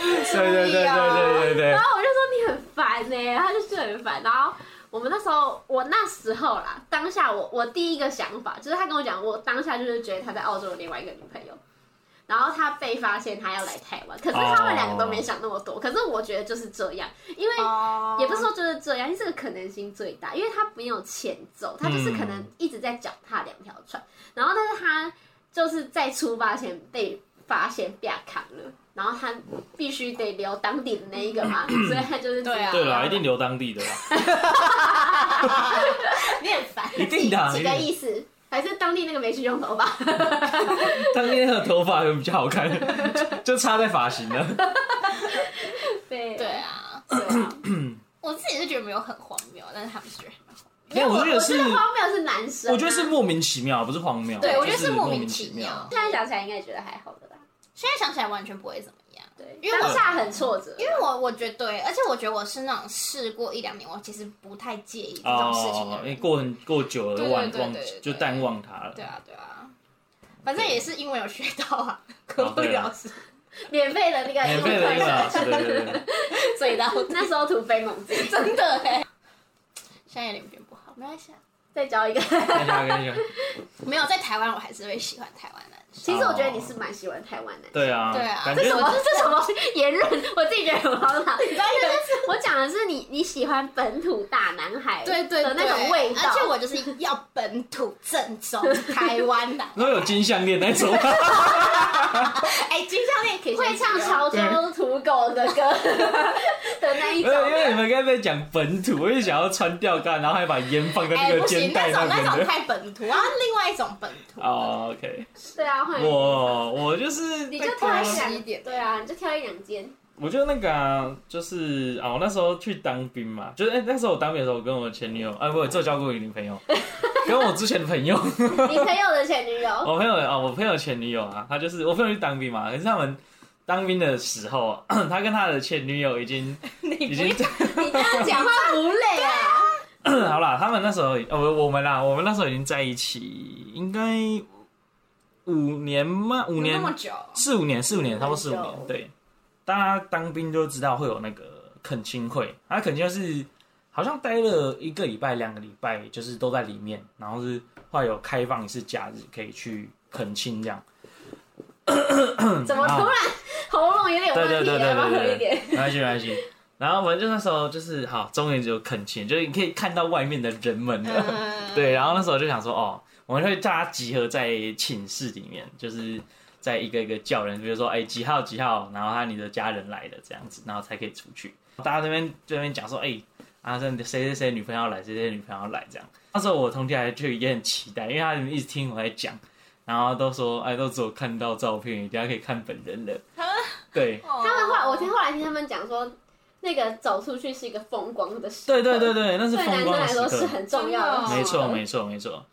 [SPEAKER 3] 对对对对对对对
[SPEAKER 1] 然，后我就说你很烦呢、他就是很烦。然后我们那时候，我那时候啦，当下我我第一个想法就是他跟我讲，我当下就是觉得他在澳洲有另外一个女朋友，然后他被发现他要来台湾，可是他们两个都没想那么多。可是我觉得就是这样，因为
[SPEAKER 2] 哦
[SPEAKER 1] 也不是，说就是这样，因为这个可能性最大，因为他没有前奏，他就是可
[SPEAKER 3] 嗯
[SPEAKER 1] 能一直在脚踏两条船，然后但是他就是在出发前被发现被砍了，然后他必须得留当地的那一个 嘛，所以他就是
[SPEAKER 2] 对啊
[SPEAKER 3] 对啦，一定留当地的啦，
[SPEAKER 2] 你很烦，
[SPEAKER 3] 一定的啊，
[SPEAKER 1] 几
[SPEAKER 3] 一
[SPEAKER 1] 个
[SPEAKER 3] 定
[SPEAKER 1] 意思。还是当地那个没去用头吧，
[SPEAKER 3] 当地的头发有比较好看，就就差在发型了。
[SPEAKER 1] 对
[SPEAKER 2] 对啊，
[SPEAKER 1] 对啊，
[SPEAKER 2] 我自己是觉得没有很荒谬，但是他们是觉得很荒谬，
[SPEAKER 3] 因为我觉得是
[SPEAKER 1] 我觉，得荒谬是男生啊，
[SPEAKER 3] 我觉得是莫名其妙，不是荒谬。
[SPEAKER 2] 对我觉得
[SPEAKER 3] 就是是
[SPEAKER 2] 莫
[SPEAKER 3] 名
[SPEAKER 2] 名其
[SPEAKER 3] 其
[SPEAKER 2] 妙。
[SPEAKER 1] 现在想起来应该也觉得还好的啦，
[SPEAKER 2] 现在想起来完全不会怎么样，
[SPEAKER 1] 对，
[SPEAKER 2] 因为我
[SPEAKER 1] 当下很挫折，
[SPEAKER 2] 因为我我觉得对，而且我觉得我是那种试过一两年，我其实不太介意这种事情的
[SPEAKER 3] 因为
[SPEAKER 2] 人，
[SPEAKER 3] 过很过久了，
[SPEAKER 2] 对对
[SPEAKER 3] 忘
[SPEAKER 2] 对
[SPEAKER 3] 忘
[SPEAKER 2] 对对
[SPEAKER 3] 就淡忘它了
[SPEAKER 2] 对。啊对啊，反正也是因为有学到啊，可 不
[SPEAKER 3] 对啊
[SPEAKER 2] 老师
[SPEAKER 1] 免费的那个
[SPEAKER 3] 免费的
[SPEAKER 1] 英
[SPEAKER 3] 一
[SPEAKER 1] 文
[SPEAKER 3] 个
[SPEAKER 1] 课
[SPEAKER 3] 老师，对对对，
[SPEAKER 2] 嘴到
[SPEAKER 1] 那时候突飞猛进，
[SPEAKER 2] 真的哎，现在有点变不好，没关系啊。
[SPEAKER 1] 再教一个
[SPEAKER 3] 跟你讲跟你讲，
[SPEAKER 2] 没有在台湾，我还是会喜欢台湾男生。
[SPEAKER 1] 其实我觉得你是蛮喜欢台湾的。
[SPEAKER 3] 对啊，
[SPEAKER 2] 对啊
[SPEAKER 3] 感
[SPEAKER 1] 这
[SPEAKER 3] 觉
[SPEAKER 1] 什么这什么言论？我自己觉得很荒 唐。你知道，我讲的是你你喜欢本土大男孩
[SPEAKER 2] 对对
[SPEAKER 1] 的那种味道，
[SPEAKER 2] 而且我就是要本土正宗台湾的。
[SPEAKER 3] 然后有金项链那 种，
[SPEAKER 2] 哎，金项链可以
[SPEAKER 1] 会唱潮州土狗的歌的的那一
[SPEAKER 3] 因
[SPEAKER 1] 种。
[SPEAKER 3] 为因为你们刚才在讲本土，我就想要穿吊杆，然后还把烟放在
[SPEAKER 2] 哎、
[SPEAKER 3] 那个
[SPEAKER 2] 不行
[SPEAKER 3] 肩，带
[SPEAKER 2] 那种
[SPEAKER 3] 边
[SPEAKER 2] 那种
[SPEAKER 3] 的。
[SPEAKER 2] 太本土，然后另外一种本土，
[SPEAKER 3] 哦，OK，
[SPEAKER 1] 对啊，换
[SPEAKER 3] 我我就是
[SPEAKER 1] 你
[SPEAKER 3] 那
[SPEAKER 1] 就
[SPEAKER 3] 个
[SPEAKER 1] 挑
[SPEAKER 3] 啊，
[SPEAKER 1] 一
[SPEAKER 2] 那个
[SPEAKER 1] 两对啊，你就挑一两间。
[SPEAKER 3] 我就那个啊，就是哦，那时候去当兵嘛，就是哎、那时候我当兵的时候，我跟我前女友，哎、不，只有交过一个女朋友，跟我之前的朋友，
[SPEAKER 1] 你朋友的前女友，
[SPEAKER 3] 我朋友啊、我朋友前女友啊，她就是我朋友去当兵嘛，可是他们当兵的时候啊， 他跟他的前女友已经已
[SPEAKER 2] 你不
[SPEAKER 3] 经
[SPEAKER 2] 要
[SPEAKER 1] 你这样讲话无累啊！
[SPEAKER 3] 好啦，他们那时候呃，我我们啦，我们那时候已经在一起，应该五年嘛，五
[SPEAKER 2] 那
[SPEAKER 3] 年
[SPEAKER 2] 么久，
[SPEAKER 3] 四五年，四五年，差不多四五
[SPEAKER 1] 很久
[SPEAKER 3] 年。对，大家当兵就知道会有那个恳亲会，他恳亲会是好像待了一个礼拜、两个礼拜，就是都在里面，然后是后来有开放一次假日可以去恳亲这样。
[SPEAKER 1] 怎么突然喉咙有 点
[SPEAKER 3] 对
[SPEAKER 1] 问
[SPEAKER 3] 对
[SPEAKER 1] 题
[SPEAKER 3] 对
[SPEAKER 1] 啊？
[SPEAKER 3] 对
[SPEAKER 1] 要不要喝
[SPEAKER 3] 对
[SPEAKER 1] 一
[SPEAKER 3] 对
[SPEAKER 1] 点？，
[SPEAKER 3] 没关系没关系。然后反正就那时候就是好，终于就恳亲，就是你可以看到外面的人们了。
[SPEAKER 2] 嗯，
[SPEAKER 3] 对，然后那时候就想说，哦，我们会大家集合在寝室里面，就是在一个一个叫人，比如说，哎，几号几号，然后他你的家人来的这样子，然后才可以出去。大家这边这边讲说，哎，啊，这谁谁谁女朋友要来，谁谁女朋友要来这样。那时候我同学还就也很期待，因为他们一直听我在讲，然后都说，哎，都只有看到照片，大家可以看本 人了。对，
[SPEAKER 2] 他
[SPEAKER 1] 他们后来，我听后来听他们讲说，那个走出去是一个风光的事。
[SPEAKER 3] 对对对对，那是
[SPEAKER 1] 对
[SPEAKER 3] 风
[SPEAKER 1] 男
[SPEAKER 3] 光
[SPEAKER 1] 生
[SPEAKER 3] 的
[SPEAKER 1] 来说
[SPEAKER 3] 时刻
[SPEAKER 1] 是。很重要
[SPEAKER 2] 哦
[SPEAKER 1] 的时刻，
[SPEAKER 3] 没错，没错，没错。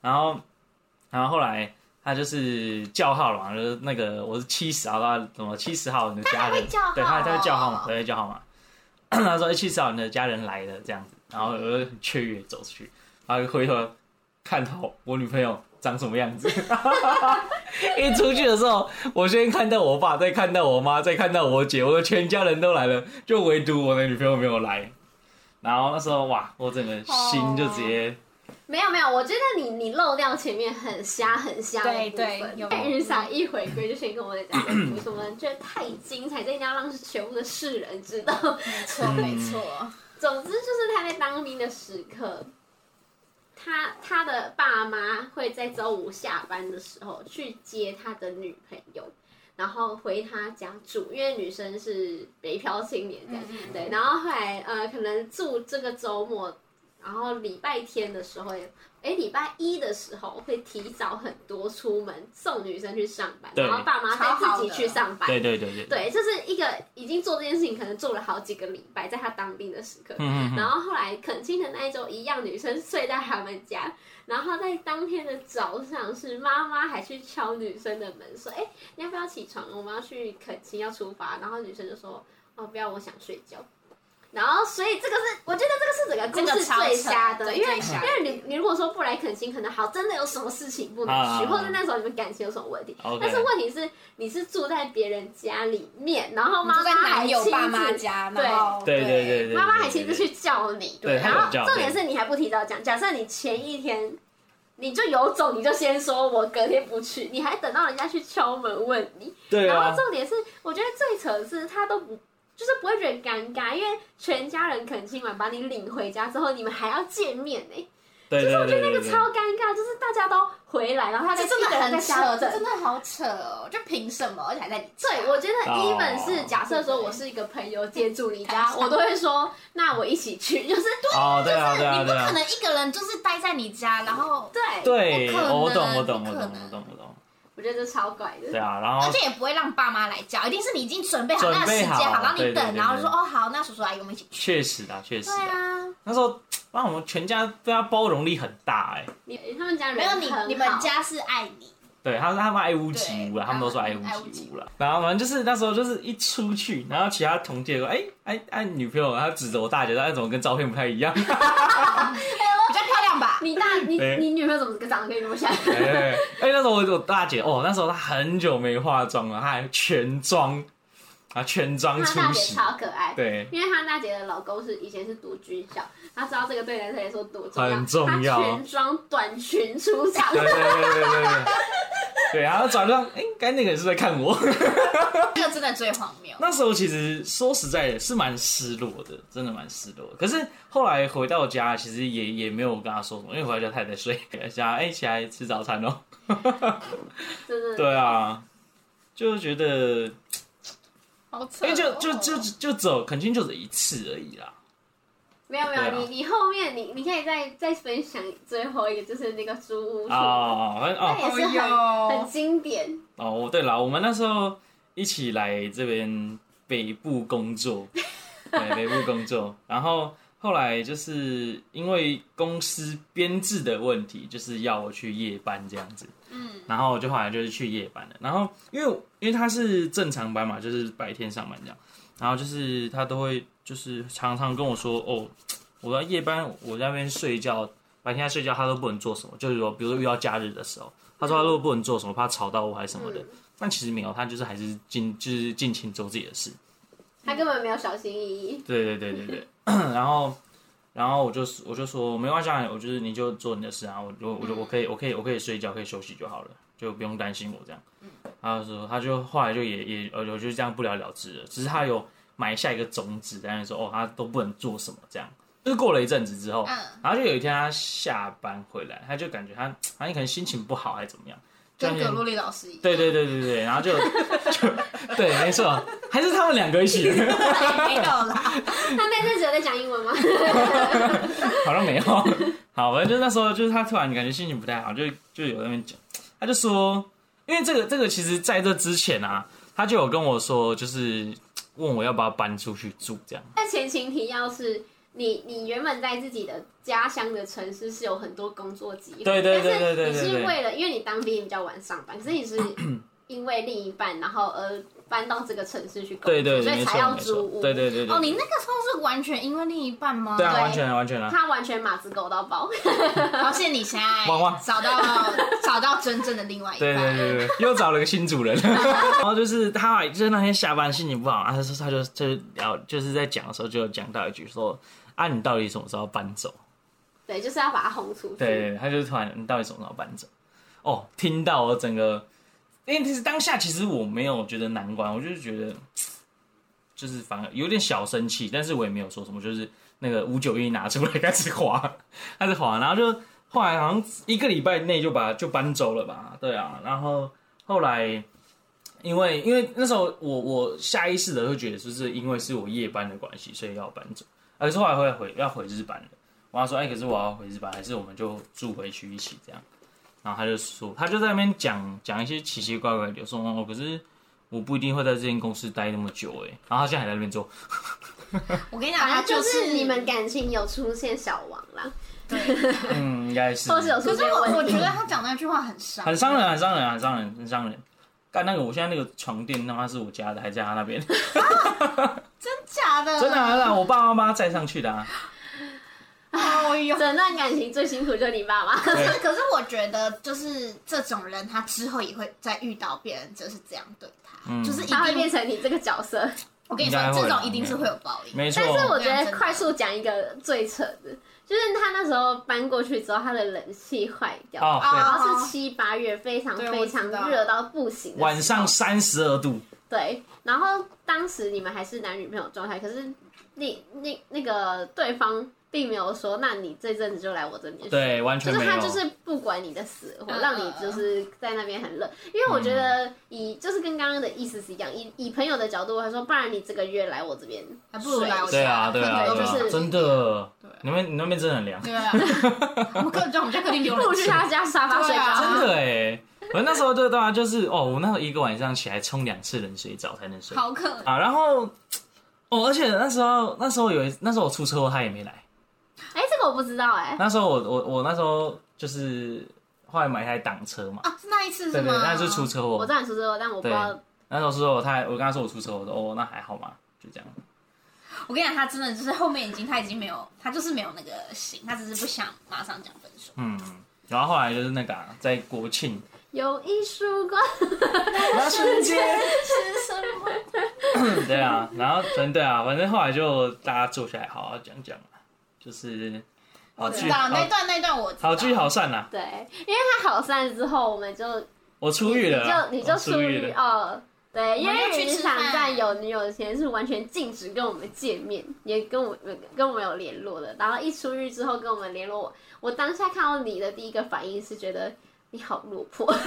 [SPEAKER 3] 然后，然后后来他就是叫号了嘛，就是那个我是七十号，他怎么七十号你的家
[SPEAKER 2] 他
[SPEAKER 3] 人
[SPEAKER 2] 还会叫号，
[SPEAKER 3] 对他他会叫号嘛
[SPEAKER 2] 哦，
[SPEAKER 3] 他会叫号嘛。 他说七十号你的家人来了这样子，然后我就很雀跃走出去，然后就回头看好我女朋友长什么样子。 一出去的时候，我先看到我爸，再看到我妈，再看到我姐，我的全家人都来了，就唯独我的女朋友没有来。然后那时候哇，我整个心就直接
[SPEAKER 1] 没有没有，我觉得你你漏掉前面很瞎很瞎的
[SPEAKER 2] 对
[SPEAKER 1] 部
[SPEAKER 2] 对
[SPEAKER 1] 分
[SPEAKER 2] 有
[SPEAKER 1] 但雨伞一回归就先跟我们讲，为什么觉得太精彩，这一定要让全部的世人知道。
[SPEAKER 2] 没错没错，
[SPEAKER 1] 总之就是他在当兵的时刻，他他的爸妈会在周五下班的时候去接他的女朋友，然后回他家住，因为女生是北漂青年这样，
[SPEAKER 2] 嗯嗯
[SPEAKER 1] 对，然后后来呃可能住这个周末，然后礼拜天的时候也。哎，礼拜一的时候会提早很多出门送女生去上班，
[SPEAKER 3] 对
[SPEAKER 1] 然后爸妈再
[SPEAKER 2] 超好
[SPEAKER 1] 自己
[SPEAKER 2] 的
[SPEAKER 1] 去上班。
[SPEAKER 3] 对对对对，
[SPEAKER 1] 哦对，就是一个已经做这件事情，可能做了好几个礼拜，在他当兵的时刻。
[SPEAKER 3] 嗯嗯
[SPEAKER 1] 然
[SPEAKER 3] 嗯，
[SPEAKER 1] 后后来恳亲的那一周，一样女生睡在他们家，然后在当天的早上，是妈妈还去敲女生的门，说：“哎，你要不要起床？我们要去恳亲，要出发。”然后女生就说：“哦，不要，我想睡觉。”然后，所以这个是我觉得这个是整个故事
[SPEAKER 2] 这个超
[SPEAKER 1] 最瞎
[SPEAKER 2] 扯
[SPEAKER 1] 的，
[SPEAKER 2] 对
[SPEAKER 1] 因为
[SPEAKER 2] 最瞎
[SPEAKER 1] 因为你你如果说不来恳亲，可能好真的有什么事情不能去，
[SPEAKER 3] 啊
[SPEAKER 1] 或者那时候你们感情有什么问题，
[SPEAKER 3] OK
[SPEAKER 1] 但是问题是你是住在别人家里面，然后
[SPEAKER 2] 我们
[SPEAKER 1] 妈妈
[SPEAKER 2] 就在
[SPEAKER 1] 还
[SPEAKER 2] 男友
[SPEAKER 1] 亲
[SPEAKER 2] 爸妈
[SPEAKER 1] 自
[SPEAKER 2] 家，
[SPEAKER 1] 对
[SPEAKER 2] 然后
[SPEAKER 3] 对对对对，
[SPEAKER 1] 妈妈还亲自去叫你，
[SPEAKER 3] 对
[SPEAKER 1] 然
[SPEAKER 3] 她有
[SPEAKER 1] 后
[SPEAKER 3] 叫
[SPEAKER 1] 重点是你还不提早讲，假设你前一天你就有种，你就先说我隔天不去，你还等到人家去敲门问你，
[SPEAKER 3] 对
[SPEAKER 1] 然后
[SPEAKER 3] 啊，
[SPEAKER 1] 重点是我觉得最扯的是他都不。就是不会觉得尴尬，因为全家人恳亲完把你领回家之后，你们还要见面呢、
[SPEAKER 3] 对对对对
[SPEAKER 1] 那
[SPEAKER 3] 对
[SPEAKER 1] 个
[SPEAKER 3] 对
[SPEAKER 1] 超尴尬，就是大家都回来，然后他在
[SPEAKER 2] 这真的
[SPEAKER 1] 一个人在
[SPEAKER 2] 很
[SPEAKER 1] 家
[SPEAKER 2] 扯，
[SPEAKER 1] 等
[SPEAKER 2] 这真的好扯哦！就凭什么，而且还在你家
[SPEAKER 1] 对，我觉得
[SPEAKER 3] 哦
[SPEAKER 1] even 是假设说我是一个朋友接住你家，我都会说那我一起去，就是
[SPEAKER 3] 哦，对啊对啊
[SPEAKER 2] 你不
[SPEAKER 3] 对
[SPEAKER 2] 可
[SPEAKER 3] 啊，
[SPEAKER 2] 能一个人就是待在你家，然后
[SPEAKER 1] 对，
[SPEAKER 3] 对，
[SPEAKER 2] 不可能啊
[SPEAKER 3] 我懂我懂
[SPEAKER 2] 不
[SPEAKER 3] 我
[SPEAKER 2] 可
[SPEAKER 3] 懂
[SPEAKER 2] 能
[SPEAKER 3] 我懂我懂，
[SPEAKER 1] 我觉得这超怪的。
[SPEAKER 3] 对啊，然后
[SPEAKER 2] 而且也不会让爸妈来叫，一定是你已经准备好
[SPEAKER 3] 准
[SPEAKER 2] 那个时
[SPEAKER 3] 备
[SPEAKER 2] 间
[SPEAKER 3] 好
[SPEAKER 2] 然后
[SPEAKER 3] 对
[SPEAKER 2] 你
[SPEAKER 3] 对
[SPEAKER 2] 等，
[SPEAKER 3] 对
[SPEAKER 2] 然后就说
[SPEAKER 3] 对
[SPEAKER 2] 哦好，那叔叔阿姨我们一起去。
[SPEAKER 3] 确实的确实
[SPEAKER 2] 对
[SPEAKER 3] 的，
[SPEAKER 2] 啊，
[SPEAKER 3] 那时候哇，我们全家对他包容力很大哎，
[SPEAKER 1] 你他们家人
[SPEAKER 2] 没有你
[SPEAKER 1] 很好
[SPEAKER 2] 你们家是爱你，
[SPEAKER 3] 对，他他们爱屋及乌啦，啊
[SPEAKER 2] 对
[SPEAKER 3] 他们都说爱屋
[SPEAKER 2] 爱屋
[SPEAKER 3] 及
[SPEAKER 2] 及
[SPEAKER 3] 乌啦。然后反正就是那时候就是一出去，然后其他同届说，哎哎哎，女朋友，她指着我大姐说，哎，怎么跟照片不太一 样？
[SPEAKER 2] 比较漂亮吧？
[SPEAKER 1] 你大你
[SPEAKER 3] 对
[SPEAKER 1] 你女朋友怎么长得跟你不像？
[SPEAKER 3] 哎哎，哎那时候我我大姐哦，那时候她很久没化妆了，她还全妆啊全妆
[SPEAKER 1] 她
[SPEAKER 3] 出
[SPEAKER 1] 大姐
[SPEAKER 3] 席，
[SPEAKER 1] 超可爱，
[SPEAKER 3] 对，
[SPEAKER 1] 因为她大姐的老公是以前是读军校，她知道这个对男生来说多重要，
[SPEAKER 3] 很重要
[SPEAKER 1] 她全装短裙出场，
[SPEAKER 3] 对对对对对对，对，然后转让，哎、该那个人是在看我。
[SPEAKER 2] 这个真的最荒谬。
[SPEAKER 3] 那时候其实说实在的，是蛮失落的，真的蛮失落的。可是后来回到家，其实也也没有跟他说什么，因为回到家他也在睡，想哎、起来吃早餐哦。 啊
[SPEAKER 1] 真的。
[SPEAKER 3] 对啊，就是觉得
[SPEAKER 2] 好扯哦，
[SPEAKER 3] 因为就就就就走，肯定就只一次而已啦。
[SPEAKER 1] 没有没
[SPEAKER 3] 对
[SPEAKER 1] 有，
[SPEAKER 3] 啊
[SPEAKER 1] 你你后面你你可以再再分享最后一个，就是那个租屋处，
[SPEAKER 3] 啊，反正
[SPEAKER 1] 那
[SPEAKER 3] 哦
[SPEAKER 1] 也是很、
[SPEAKER 2] 哎呦
[SPEAKER 1] 很经典。
[SPEAKER 3] 哦，我对了，我们那时候一起来这边北部工作，对北部工作，然后后来就是因为公司编制的问题，就是要我去夜班这样子，
[SPEAKER 2] 嗯，
[SPEAKER 3] 然后我就后来就是去夜班了，然后因为因为他是正常班嘛，就是白天上班这样，然后就是他都会就是常常跟我说，哦，我在夜班我在那边睡觉，白天在睡觉他都不能做什么，就是说比如说遇到假日的时候，他说他都不能做什么，怕吵到我还是什么的，但其实没有，他就是还是尽就是尽情做自己的事，
[SPEAKER 1] 他根本没有小心翼翼，
[SPEAKER 3] 对对对对对， 然后然后我就我就说没关系，啊，我就是你就做你的事啊，我就我就我可以我可以我可以睡觉，可以休息就好了，就不用担心我这样。他就说他就后来就也也呃我就这样不了了之了，只是他有埋下一个种子，但是说哦他都不能做什么这样。就是过了一阵子之后，然后就有一天他下班回来，他就感觉他他可能心情不好还是怎么样，就
[SPEAKER 2] 跟
[SPEAKER 3] 有
[SPEAKER 2] 葛
[SPEAKER 3] 点
[SPEAKER 2] 洛丽老师一样，
[SPEAKER 3] 对对对对对，然后 就就对没错，还是他们两个一起，
[SPEAKER 2] 没有啦，
[SPEAKER 1] 他那阵子有在讲英文吗？
[SPEAKER 3] 好像没有。好，反正就是那时候，就是他突然感觉心情不太好，就就有在那边讲，他就说，因为这个这个其实在这之前啊，他就有跟我说，就是问我要不要搬出去住这样。
[SPEAKER 1] 但前情提要是你你原本在自己的家乡的城市是有很多工作机会，
[SPEAKER 3] 对对对对对
[SPEAKER 1] 但是
[SPEAKER 3] 对
[SPEAKER 1] 你
[SPEAKER 3] 对
[SPEAKER 1] 是为了因为你当兵比较晚上班，可是 你是因为另一半然后而搬到这个城市去工作，
[SPEAKER 3] 对对，
[SPEAKER 1] 所
[SPEAKER 3] 没
[SPEAKER 1] 以才
[SPEAKER 3] 错
[SPEAKER 1] 要
[SPEAKER 3] 没
[SPEAKER 1] 租
[SPEAKER 3] 错，
[SPEAKER 1] 屋，
[SPEAKER 3] 对对对
[SPEAKER 2] 哦，你
[SPEAKER 3] 对，
[SPEAKER 2] 那个时候是完全因为另一半吗？
[SPEAKER 3] 对啊，
[SPEAKER 1] 对
[SPEAKER 3] 完全啊完全啊，
[SPEAKER 1] 他完全马子狗到爆，
[SPEAKER 2] 好，谢谢你现在
[SPEAKER 3] 汪汪
[SPEAKER 2] 找到 找到真正的另外一半，
[SPEAKER 3] 对对对对，又找了个新主人。 然后就是他，就是那天下班心情不好，然后他就他就他就聊，就是在讲的时候就有讲到一句说，啊，你到底什么时候搬走？
[SPEAKER 1] 对，就是要把它轰出去。
[SPEAKER 3] 对对，对他就突然，你到底什么时候搬走？哦，听到我整个，因为其实当下其实我没有觉得难关，我就是觉得，就是反而有点小生气，但是我也没有说什么，就是那个五九一拿出来开始滑， 开始滑，然后就后来好像一个礼拜内就把就搬走了吧？对啊，然后后来。因为因为那时候我我下意识的会觉得，就是因为是我夜班的关系，所以要搬走。而是后来会回要回日本了，我要说，哎、可是我要回日本，还是我们就住回去一起这样？然后他就说，他就在那边讲讲一些奇奇怪怪的，有说哦，可是我不一定会在这间公司待那么久哎、然后他现在还在那边做，
[SPEAKER 2] 我跟你讲，
[SPEAKER 1] 反
[SPEAKER 2] 他
[SPEAKER 1] 正啊就
[SPEAKER 2] 就是
[SPEAKER 1] 是你们感情有出现小王啦，
[SPEAKER 3] 嗯，应该是
[SPEAKER 1] 哦或是有出
[SPEAKER 2] 可是
[SPEAKER 1] 现
[SPEAKER 2] 我
[SPEAKER 1] 问
[SPEAKER 2] 我
[SPEAKER 1] 题
[SPEAKER 2] 觉。得他讲那句话很伤，
[SPEAKER 3] 很伤人，很伤人，很伤人，很伤人。干那个，我现在那个床垫，他妈是我家的，还在他那边，
[SPEAKER 2] 假的，
[SPEAKER 3] 真的、啊，真的啊，我爸爸妈妈载上去的啊。啊
[SPEAKER 2] 哎 呦。
[SPEAKER 1] 整段感情最辛苦就是你爸爸，
[SPEAKER 3] 对，
[SPEAKER 2] 可是我觉得，就是这种人，他之后也会再遇到别人就是这样对他，
[SPEAKER 3] 嗯
[SPEAKER 2] 就是一
[SPEAKER 1] 他会
[SPEAKER 2] 定
[SPEAKER 1] 变成你这个角色。
[SPEAKER 2] 我跟你
[SPEAKER 3] 应该
[SPEAKER 2] 说，
[SPEAKER 3] 会
[SPEAKER 2] 这
[SPEAKER 3] 啦
[SPEAKER 2] 种一定是会有报应。
[SPEAKER 3] 没错
[SPEAKER 1] 但。是我觉
[SPEAKER 2] 这样
[SPEAKER 1] 得
[SPEAKER 2] 啊真的
[SPEAKER 1] 快速讲一个最扯的，就是他那时候搬过去之后，他的冷气坏掉，
[SPEAKER 3] 哦，
[SPEAKER 1] 然
[SPEAKER 2] 啊
[SPEAKER 3] 对，
[SPEAKER 1] 后是七八月，非常
[SPEAKER 2] 对
[SPEAKER 1] 非常
[SPEAKER 2] 我知道
[SPEAKER 1] 热到不行的时候
[SPEAKER 3] 晚上三十二度，
[SPEAKER 1] 对，然后当时你们还是男女朋友状态，可是那那那个对方并没有说，那你这阵子就来我这边睡
[SPEAKER 3] 对，完
[SPEAKER 1] 就
[SPEAKER 3] 全
[SPEAKER 1] 是
[SPEAKER 3] 没有。
[SPEAKER 1] 他就是不管你的死活，
[SPEAKER 2] 嗯
[SPEAKER 1] 让你就是在那边很冷。因为我觉得以就是跟刚刚的意思是一样，以以朋友的角度来说，不然你这个月来我这边，
[SPEAKER 2] 还不如来我
[SPEAKER 3] 对啊，
[SPEAKER 2] 家，
[SPEAKER 3] 对啊，
[SPEAKER 1] 对
[SPEAKER 3] 对
[SPEAKER 1] 就
[SPEAKER 3] 啊，
[SPEAKER 1] 是
[SPEAKER 3] 真的
[SPEAKER 2] 对，
[SPEAKER 3] 你们你那边真的很凉。
[SPEAKER 2] 对啊，我们客人叫我们家客厅有
[SPEAKER 1] 不如
[SPEAKER 2] 冷
[SPEAKER 1] 去
[SPEAKER 2] 气，
[SPEAKER 1] 他家沙发睡
[SPEAKER 2] 对啊
[SPEAKER 1] 觉。
[SPEAKER 3] 真的哎，我那时候就对啊，就是哦，我那时候一个晚上起来冲两次冷水澡才能睡
[SPEAKER 2] 好可
[SPEAKER 3] 啊。然后哦，而且那时候那时候有一那时候我出车祸，他也没来。
[SPEAKER 1] 哎、这个我不知道哎、
[SPEAKER 3] 那时候我我我那时候就是后来买一台挡车嘛，
[SPEAKER 2] 啊！是那一次
[SPEAKER 3] 对
[SPEAKER 2] 是
[SPEAKER 3] 对，
[SPEAKER 2] 吗？
[SPEAKER 3] 那是出车
[SPEAKER 1] 我
[SPEAKER 3] 祸
[SPEAKER 1] 知。道你说这个，但我不知道。
[SPEAKER 3] 那时候是我他还我跟他说我出车祸，我说哦那还好嘛，就这样。
[SPEAKER 2] 我跟你讲，他真的就是后面已经他已经没有，他就是没有那个心，他只是不想马上讲分手。
[SPEAKER 3] 嗯，然后后来就是那个啊、在国庆，
[SPEAKER 1] 有一束光，
[SPEAKER 3] 那 瞬间。
[SPEAKER 2] 是什么？嗯
[SPEAKER 3] 对啊，然后反正对啊，反正后来就大家坐下来好好讲讲啊就是好
[SPEAKER 2] 我知
[SPEAKER 3] 聚
[SPEAKER 2] 道
[SPEAKER 3] 好
[SPEAKER 2] 那段那段我知道
[SPEAKER 3] 好聚好散啊啦。
[SPEAKER 1] 对，因为他好散之后，我们就
[SPEAKER 3] 我出狱了啦，
[SPEAKER 1] 你就你就
[SPEAKER 3] 我
[SPEAKER 1] 出
[SPEAKER 3] 出狱
[SPEAKER 1] 狱
[SPEAKER 3] 了。
[SPEAKER 1] 哦。对，因
[SPEAKER 2] 我们就
[SPEAKER 1] 为
[SPEAKER 2] 去
[SPEAKER 1] 渔
[SPEAKER 2] 吃饭
[SPEAKER 1] 场站有女友前是完全禁止跟我们见面，也跟我们跟我们有联络的。然后一出狱之后跟我们联络我，我当下看到 你的第一个反应是觉得你好落魄，我真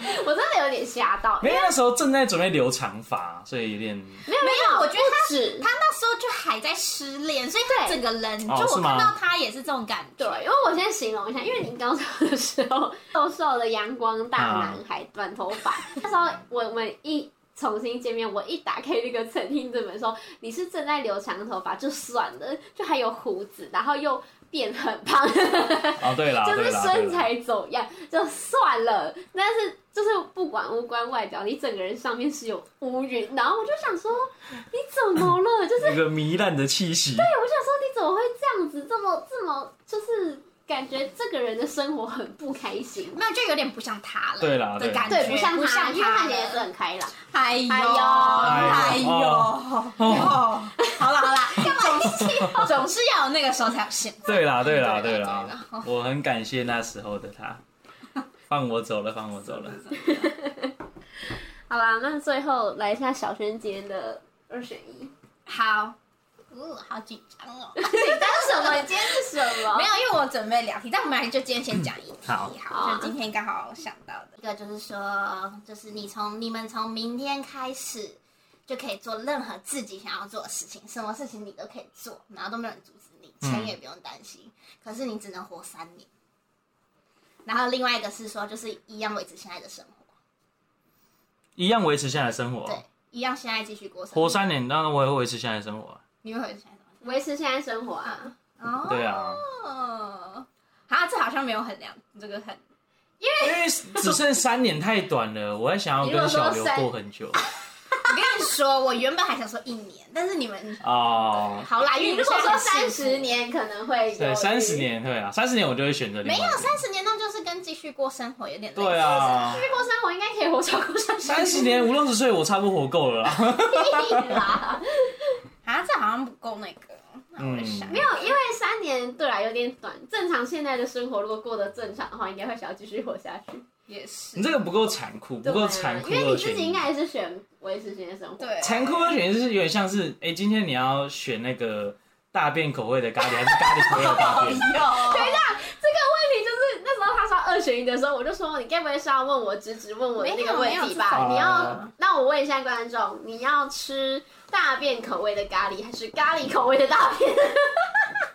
[SPEAKER 1] 的有点吓到，因
[SPEAKER 3] 没
[SPEAKER 1] 为
[SPEAKER 3] 有那时候正在准备留长发，所以有点
[SPEAKER 1] 没有没
[SPEAKER 2] 有我觉得
[SPEAKER 1] 不止
[SPEAKER 2] 他那时候就还在失恋，所以他
[SPEAKER 1] 对
[SPEAKER 2] 整个人，就
[SPEAKER 3] 哦
[SPEAKER 2] 我
[SPEAKER 3] 是吗
[SPEAKER 2] 看到他也是这种感觉。
[SPEAKER 1] 对，因为我先形容一下，因为你高中的时候瘦瘦的阳光大男孩，短头 发，那时候我我们一。重新见面，我一打开那个《曾经这本书》，你是正在留长头发就算了，就还有胡子，然后又变很胖，
[SPEAKER 3] 哦，对啦，
[SPEAKER 1] 就是
[SPEAKER 3] 对啦，对
[SPEAKER 1] 身
[SPEAKER 3] 啦，
[SPEAKER 1] 材走样，就算了。但是就是不管无关外表，你整个人上面是有乌云。然后我就想说，你怎么了？就是
[SPEAKER 3] 那个糜烂的气息，
[SPEAKER 1] 我想说，你怎么会这样子？这么这么就是感觉这个人的生活很不开心。
[SPEAKER 2] 没有，就有点不像他了。
[SPEAKER 3] 对啦
[SPEAKER 2] 的
[SPEAKER 3] 对
[SPEAKER 2] 感觉
[SPEAKER 1] 对，不像
[SPEAKER 2] 不
[SPEAKER 1] 他，
[SPEAKER 2] 像
[SPEAKER 1] 因为
[SPEAKER 2] 他
[SPEAKER 1] 他也是
[SPEAKER 2] 了。
[SPEAKER 1] 很开朗。
[SPEAKER 2] 哎呦
[SPEAKER 1] 哎呦
[SPEAKER 2] 哎呦，
[SPEAKER 3] 哦
[SPEAKER 2] 哦好了好了，干嘛一起？总是要有那个时候才有现在。
[SPEAKER 3] 对啦，对啦，
[SPEAKER 2] 对啦对
[SPEAKER 3] 对
[SPEAKER 2] 啦
[SPEAKER 3] 啦，我很感谢那时候的他，放我走了，放我走了。
[SPEAKER 1] 好啦，那最后来一下小轩今天的二选一，
[SPEAKER 2] 好，嗯，好紧张哦。
[SPEAKER 1] 当什么？你今天是什么？
[SPEAKER 2] 没有，因为我准备两题，但我们还是就今天先讲一题。
[SPEAKER 3] 嗯好
[SPEAKER 1] 好啊
[SPEAKER 2] 就今天刚好想到的一个就是说，就是你从你们从明天开始就可以做任何自己想要做的事情，什么事情你都可以做，然后都没有人阻止你，钱也不用担心，可是你只能活三年。然后另外一个是说，就是一样维持现在的生活，
[SPEAKER 3] 一样维持现在的生活，啊
[SPEAKER 2] 对，一样现在继续过生活。
[SPEAKER 3] 活三年，当然我也会维持现在的生活啊。
[SPEAKER 2] 你会维持现在什么？
[SPEAKER 1] 维持现在生活啊，
[SPEAKER 2] 哦，
[SPEAKER 3] 对啊，
[SPEAKER 2] 好，这好像没有很良，这个很
[SPEAKER 3] 因为只剩三年太短了，我还想要跟小刘过很久
[SPEAKER 2] 我跟你说，我原本还想说一年，但是你们
[SPEAKER 3] 哦。
[SPEAKER 2] 好啦，因为
[SPEAKER 1] 你
[SPEAKER 2] 你
[SPEAKER 1] 如果
[SPEAKER 2] 现
[SPEAKER 1] 说
[SPEAKER 2] 在很幸福
[SPEAKER 1] 三十，年，可能会
[SPEAKER 3] 对，三十，年，对啊，三十年我就会选择另
[SPEAKER 2] 没
[SPEAKER 3] 外一
[SPEAKER 2] 有
[SPEAKER 3] 个
[SPEAKER 2] 三十年，那就是跟继续过生活有点类似
[SPEAKER 3] 对，啊，
[SPEAKER 1] 去过生活应该可以活超过三十
[SPEAKER 3] 三十年五六十岁我差不多活够了啦。
[SPEAKER 1] 年 啦。
[SPEAKER 2] 啊，这好像不够那个，那我就想
[SPEAKER 3] 嗯
[SPEAKER 1] 没有，因为三年对啦有点短，正常现在的生活如果过得正常的话，应该会想要继续活下去。
[SPEAKER 2] 也是
[SPEAKER 3] 你这个不够残酷，不
[SPEAKER 1] 对
[SPEAKER 3] 够
[SPEAKER 1] 啊
[SPEAKER 3] 残酷
[SPEAKER 1] 因为
[SPEAKER 3] 的
[SPEAKER 1] 你自
[SPEAKER 3] 选
[SPEAKER 1] 己应
[SPEAKER 3] 择。
[SPEAKER 1] 该也是选维持现在生活。
[SPEAKER 2] 对
[SPEAKER 3] 残酷的选择是有点像是，哎，今天你要选那个大便口味的咖喱，还是咖喱口味的大
[SPEAKER 1] 问
[SPEAKER 2] 有
[SPEAKER 3] 便？
[SPEAKER 1] 题就是那时候他说二选一的时候，我就说你该不会是要问我直直问我的那个问题吧？
[SPEAKER 3] 没有没有
[SPEAKER 1] 你要
[SPEAKER 3] 啊
[SPEAKER 1] 那我问一下观众，你要吃大便口味的咖喱还是咖喱口味的大便？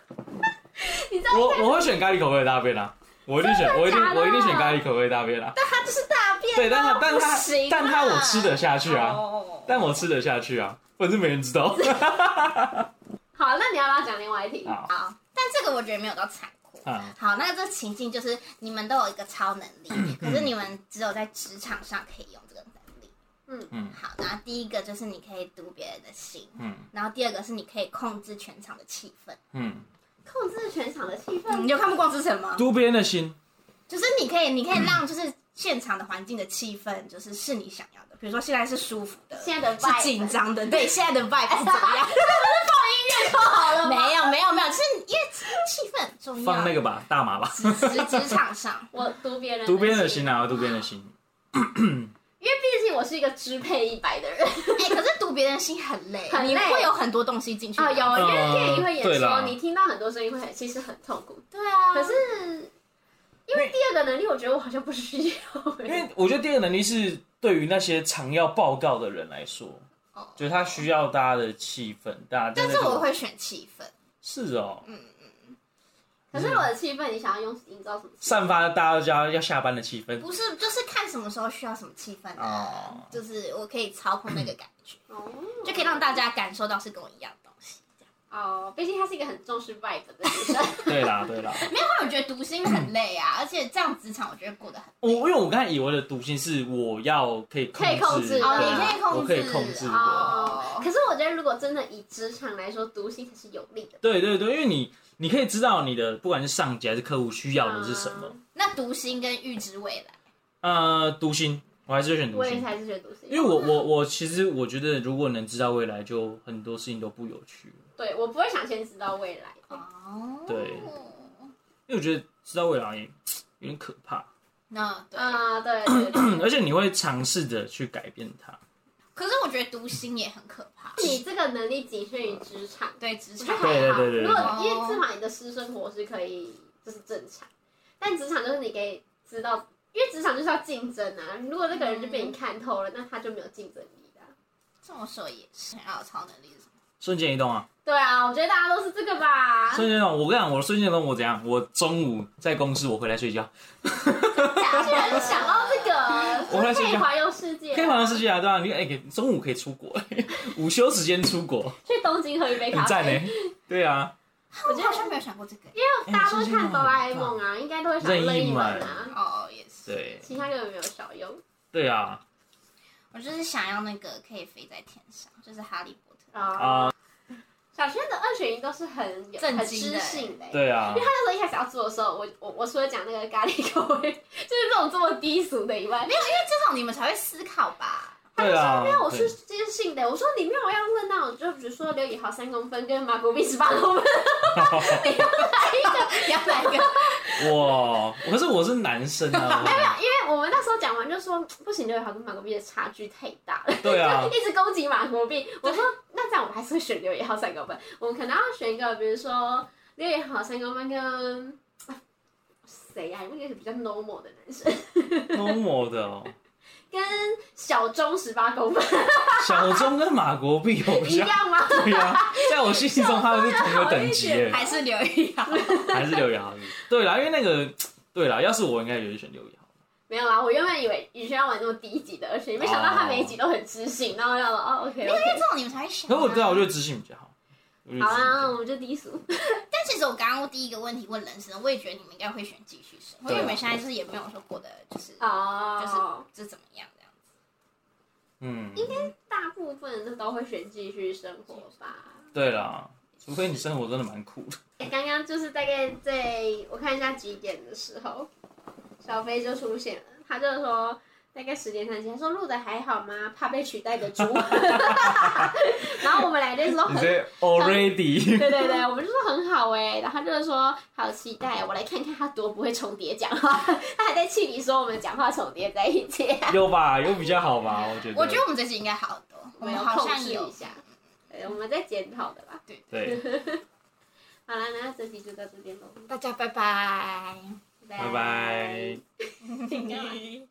[SPEAKER 1] 你知道
[SPEAKER 3] 我我会选咖喱口味的大便啊，我一定选，我一定
[SPEAKER 1] 假的
[SPEAKER 3] 我一定选咖喱口味的大便啊。
[SPEAKER 2] 它就是大便啊，
[SPEAKER 3] 对，但他但
[SPEAKER 2] 不
[SPEAKER 3] 他
[SPEAKER 2] 行啊
[SPEAKER 3] 但他我吃得下去啊，
[SPEAKER 2] 哦
[SPEAKER 3] 但我吃得下去啊，反正没人知 道。
[SPEAKER 1] 好，那你要不要讲另外一题？
[SPEAKER 3] 好
[SPEAKER 2] 好，但这个我觉得没有到残酷。
[SPEAKER 3] 啊，
[SPEAKER 2] 好，那这情境就是你们都有一个超能
[SPEAKER 3] 嗯
[SPEAKER 2] 力，可是你们只有在职场上可以用这个能力。
[SPEAKER 1] 嗯
[SPEAKER 3] 嗯
[SPEAKER 2] 好，然后第一个就是你可以读别人的心，
[SPEAKER 3] 嗯
[SPEAKER 2] 然后第二个是你可以控制全场的气氛。
[SPEAKER 3] 嗯，
[SPEAKER 1] 控制全场的气氛，
[SPEAKER 2] 嗯你有看过《光之城》吗？
[SPEAKER 3] 渡边的心，
[SPEAKER 2] 就是你可以，你可以让就是现场的环境的气氛，就是是你想要的。比如说现在是舒服的，
[SPEAKER 1] 现在的
[SPEAKER 2] 是
[SPEAKER 1] vibe
[SPEAKER 2] 紧张的，对，现在的 vibe 是怎么样？
[SPEAKER 1] 说好了吗？
[SPEAKER 2] 没有，没有，没有，就是因为气氛很重要。
[SPEAKER 3] 放那个吧，大麻吧，
[SPEAKER 2] 职职职场上，
[SPEAKER 1] 我读别人，
[SPEAKER 3] 渡边的，心啊，渡边的心，
[SPEAKER 1] 因为毕竟我是一个支配一百的人
[SPEAKER 2] 哎、可是读别人心很累，
[SPEAKER 1] 很累
[SPEAKER 2] 你会有很多东西进去。
[SPEAKER 1] 啊、有，因为
[SPEAKER 3] 嗯
[SPEAKER 1] 电影会演
[SPEAKER 3] 对
[SPEAKER 1] 说
[SPEAKER 3] 啦
[SPEAKER 1] 你听到很多声音会很，其实很痛苦。
[SPEAKER 2] 对啊，
[SPEAKER 1] 可是因为第二个能力，我觉得我好像不需要、欸
[SPEAKER 3] 因为我觉得第二个能力是对于那些常要报告的人来说
[SPEAKER 2] 哦，
[SPEAKER 3] 就是他需要大家的气氛，大家在
[SPEAKER 2] 但
[SPEAKER 3] 那
[SPEAKER 2] 是
[SPEAKER 3] 个
[SPEAKER 2] 我会嗯选气氛，
[SPEAKER 3] 是哦，
[SPEAKER 1] 可是我的气氛，你想要用营造什么？
[SPEAKER 3] 散发大家要下班的气氛
[SPEAKER 2] 不是就是看什么时候需要什么气氛啊，
[SPEAKER 3] 哦
[SPEAKER 2] 就是我可以操控那个感觉，
[SPEAKER 1] 哦，
[SPEAKER 2] 就可以让大家感受到是跟我一样的东西。
[SPEAKER 1] 哦，毕竟他是一个很重视 vibe 的女 生。
[SPEAKER 3] 对啦，对啦，
[SPEAKER 2] 没有，我觉得读心 很累啊，而且这样职场我觉得过得很
[SPEAKER 3] 我因为我刚才以为的读心是我要可以控
[SPEAKER 1] 可以控制
[SPEAKER 3] 对啊
[SPEAKER 1] 哦你
[SPEAKER 2] 可以控制
[SPEAKER 3] 我可以控制
[SPEAKER 2] 哦
[SPEAKER 3] 的。
[SPEAKER 1] 哦，可是我觉得如果真的以职场来说，读心才是有利的。
[SPEAKER 3] 对对对，因为你你可以知道你的不管是上级还是客户需要的是什
[SPEAKER 1] 啊
[SPEAKER 3] 么。
[SPEAKER 2] 那读心跟预知未来，啊
[SPEAKER 3] 呃，读心，我还是会选读
[SPEAKER 1] 我也
[SPEAKER 3] 心，
[SPEAKER 1] 还是觉得读心，
[SPEAKER 3] 因为我我我其实我觉得如果能知道未来，就很多事情都不有趣了。
[SPEAKER 1] 对我不会想先知道未来。
[SPEAKER 2] 哦，
[SPEAKER 3] 对因为我觉得知道未来有点可怕，
[SPEAKER 2] 那对、
[SPEAKER 1] 啊、对对对，
[SPEAKER 3] 嗯而且你会尝试的去改变它。
[SPEAKER 2] 可是我觉得读心也很可怕，
[SPEAKER 1] 你这个能力仅限于职场，
[SPEAKER 2] 对职
[SPEAKER 1] 嗯我
[SPEAKER 2] 场
[SPEAKER 1] 觉得还好。
[SPEAKER 3] 对对对对对
[SPEAKER 1] 如果因为至少你的私生活是可以，就是正常，但职场就是你可以知道因为职场就是要竞争啊。如果那个人就被你看透了，那他就没有竞争力的啊、
[SPEAKER 2] 这么说也是，然后超能力是什么？
[SPEAKER 3] 瞬间移动啊，
[SPEAKER 1] 对啊，我觉得大家都是这个吧。
[SPEAKER 3] 瞬间移动。我跟你讲，我瞬间移动我怎样？我中午在公司，我回来 睡觉，
[SPEAKER 1] 居然想到这个，
[SPEAKER 3] 我回来
[SPEAKER 1] 可
[SPEAKER 3] 睡
[SPEAKER 1] 以
[SPEAKER 3] 觉。
[SPEAKER 1] 环游世界，
[SPEAKER 3] 可以环游世界啊，对啊，你哎、中午可以出国， 午休时间出国，
[SPEAKER 1] 去东京喝一杯
[SPEAKER 3] 很
[SPEAKER 1] 咖
[SPEAKER 3] 赞
[SPEAKER 1] 啡。
[SPEAKER 3] 呢。对啊，哎
[SPEAKER 2] 我
[SPEAKER 1] 我觉得
[SPEAKER 2] 好像没有想过这个。
[SPEAKER 1] 大家都看哆啦 A 梦啊，应该都会想任意门啊，
[SPEAKER 2] 哦，也是。
[SPEAKER 3] 对
[SPEAKER 1] 其他根本没有小用
[SPEAKER 3] 对啊，
[SPEAKER 2] 我就是想要那个可以飞在天上，就是哈利波特。
[SPEAKER 1] 啊。
[SPEAKER 3] 啊、
[SPEAKER 1] 小学的二选一都是很有
[SPEAKER 2] 震
[SPEAKER 1] 很
[SPEAKER 2] 惊
[SPEAKER 1] 知
[SPEAKER 2] 的
[SPEAKER 1] 性的欸、
[SPEAKER 3] 对啊，
[SPEAKER 1] 那时候一开始要做的时候，我我我除了讲那个咖喱口味， 就是这种这么低俗的以外，没有
[SPEAKER 2] 这种你们才会思考吧？
[SPEAKER 3] 对啊，
[SPEAKER 1] 没有，我
[SPEAKER 3] 对
[SPEAKER 1] 是知性的。我说你没有要问那种，就比如说刘以豪三公分跟马国斌十八公分，
[SPEAKER 2] 要哪一个？
[SPEAKER 3] 哇，可是我是男生啊，
[SPEAKER 1] 因为我们那时候讲完就说不行，刘以豪跟马国斌的差距太大了。
[SPEAKER 3] 对啊，
[SPEAKER 1] 一直攻击马国斌。我说那这样我还是会选刘也豪三公分，我们可能要选一个，比如说刘也豪三公分跟啊谁呀、啊？那个比较 normal 的男生，
[SPEAKER 3] normal 的哦，
[SPEAKER 1] 跟小钟十八公分
[SPEAKER 3] 小钟跟马国碧有比
[SPEAKER 1] 一
[SPEAKER 3] 较，
[SPEAKER 1] 样吗？
[SPEAKER 3] 对啊，在我心中他们是同个等级耶，
[SPEAKER 2] 还是刘宇豪？
[SPEAKER 3] 还是刘宇豪？对啦，因为那个，对啦，要是我应该也是选刘宇豪。
[SPEAKER 1] 没有啊，我原本以为宇轩要玩那么低级的，而且没想到他每一集都很知性，然后要哦 OK
[SPEAKER 2] 因为
[SPEAKER 1] OK。
[SPEAKER 2] 这种你们才会想、
[SPEAKER 3] 可是我对啊，我觉得知性比较好。我觉得
[SPEAKER 1] 好啊
[SPEAKER 3] 知性比较
[SPEAKER 1] 啦，
[SPEAKER 3] 好
[SPEAKER 1] 我们就低俗。
[SPEAKER 2] 但其实我刚刚第一个问题问人生，我也觉得你们应该会选继续生，因为
[SPEAKER 3] 对啊
[SPEAKER 2] 你们现在就是也没有说过的，就是
[SPEAKER 1] 哦，
[SPEAKER 2] 这怎么样这样子。
[SPEAKER 3] 嗯，
[SPEAKER 1] 大部分的都会选继续生活吧。
[SPEAKER 3] 对啦，除非你生活真的蛮苦的。
[SPEAKER 1] 哎刚刚就是大概在我看一下几点的时候，小飞就出现了，他就说大概十点三十，他说录的还好吗？怕被取代的 猪。然后我们俩就说
[SPEAKER 3] 你
[SPEAKER 1] 很，
[SPEAKER 3] 这 already
[SPEAKER 1] 对对对，我们就说很好哎、然后他就是说好期待，我来看看他多不会重叠讲话， 他还在气你说我们讲话重叠在一起，
[SPEAKER 3] 有吧？有比较好吧？我觉得。
[SPEAKER 2] 我觉得我们这集应该好很多，我
[SPEAKER 1] 我们
[SPEAKER 2] 们
[SPEAKER 1] 有
[SPEAKER 2] 好
[SPEAKER 1] 控
[SPEAKER 2] 像
[SPEAKER 1] 制
[SPEAKER 2] 有
[SPEAKER 1] 一下，对，我们在检讨的吧。
[SPEAKER 3] 对，
[SPEAKER 1] 好了，那这期就到这边喽，
[SPEAKER 2] 大家拜拜。
[SPEAKER 1] 拜
[SPEAKER 3] 拜拜。
[SPEAKER 1] 你干嘛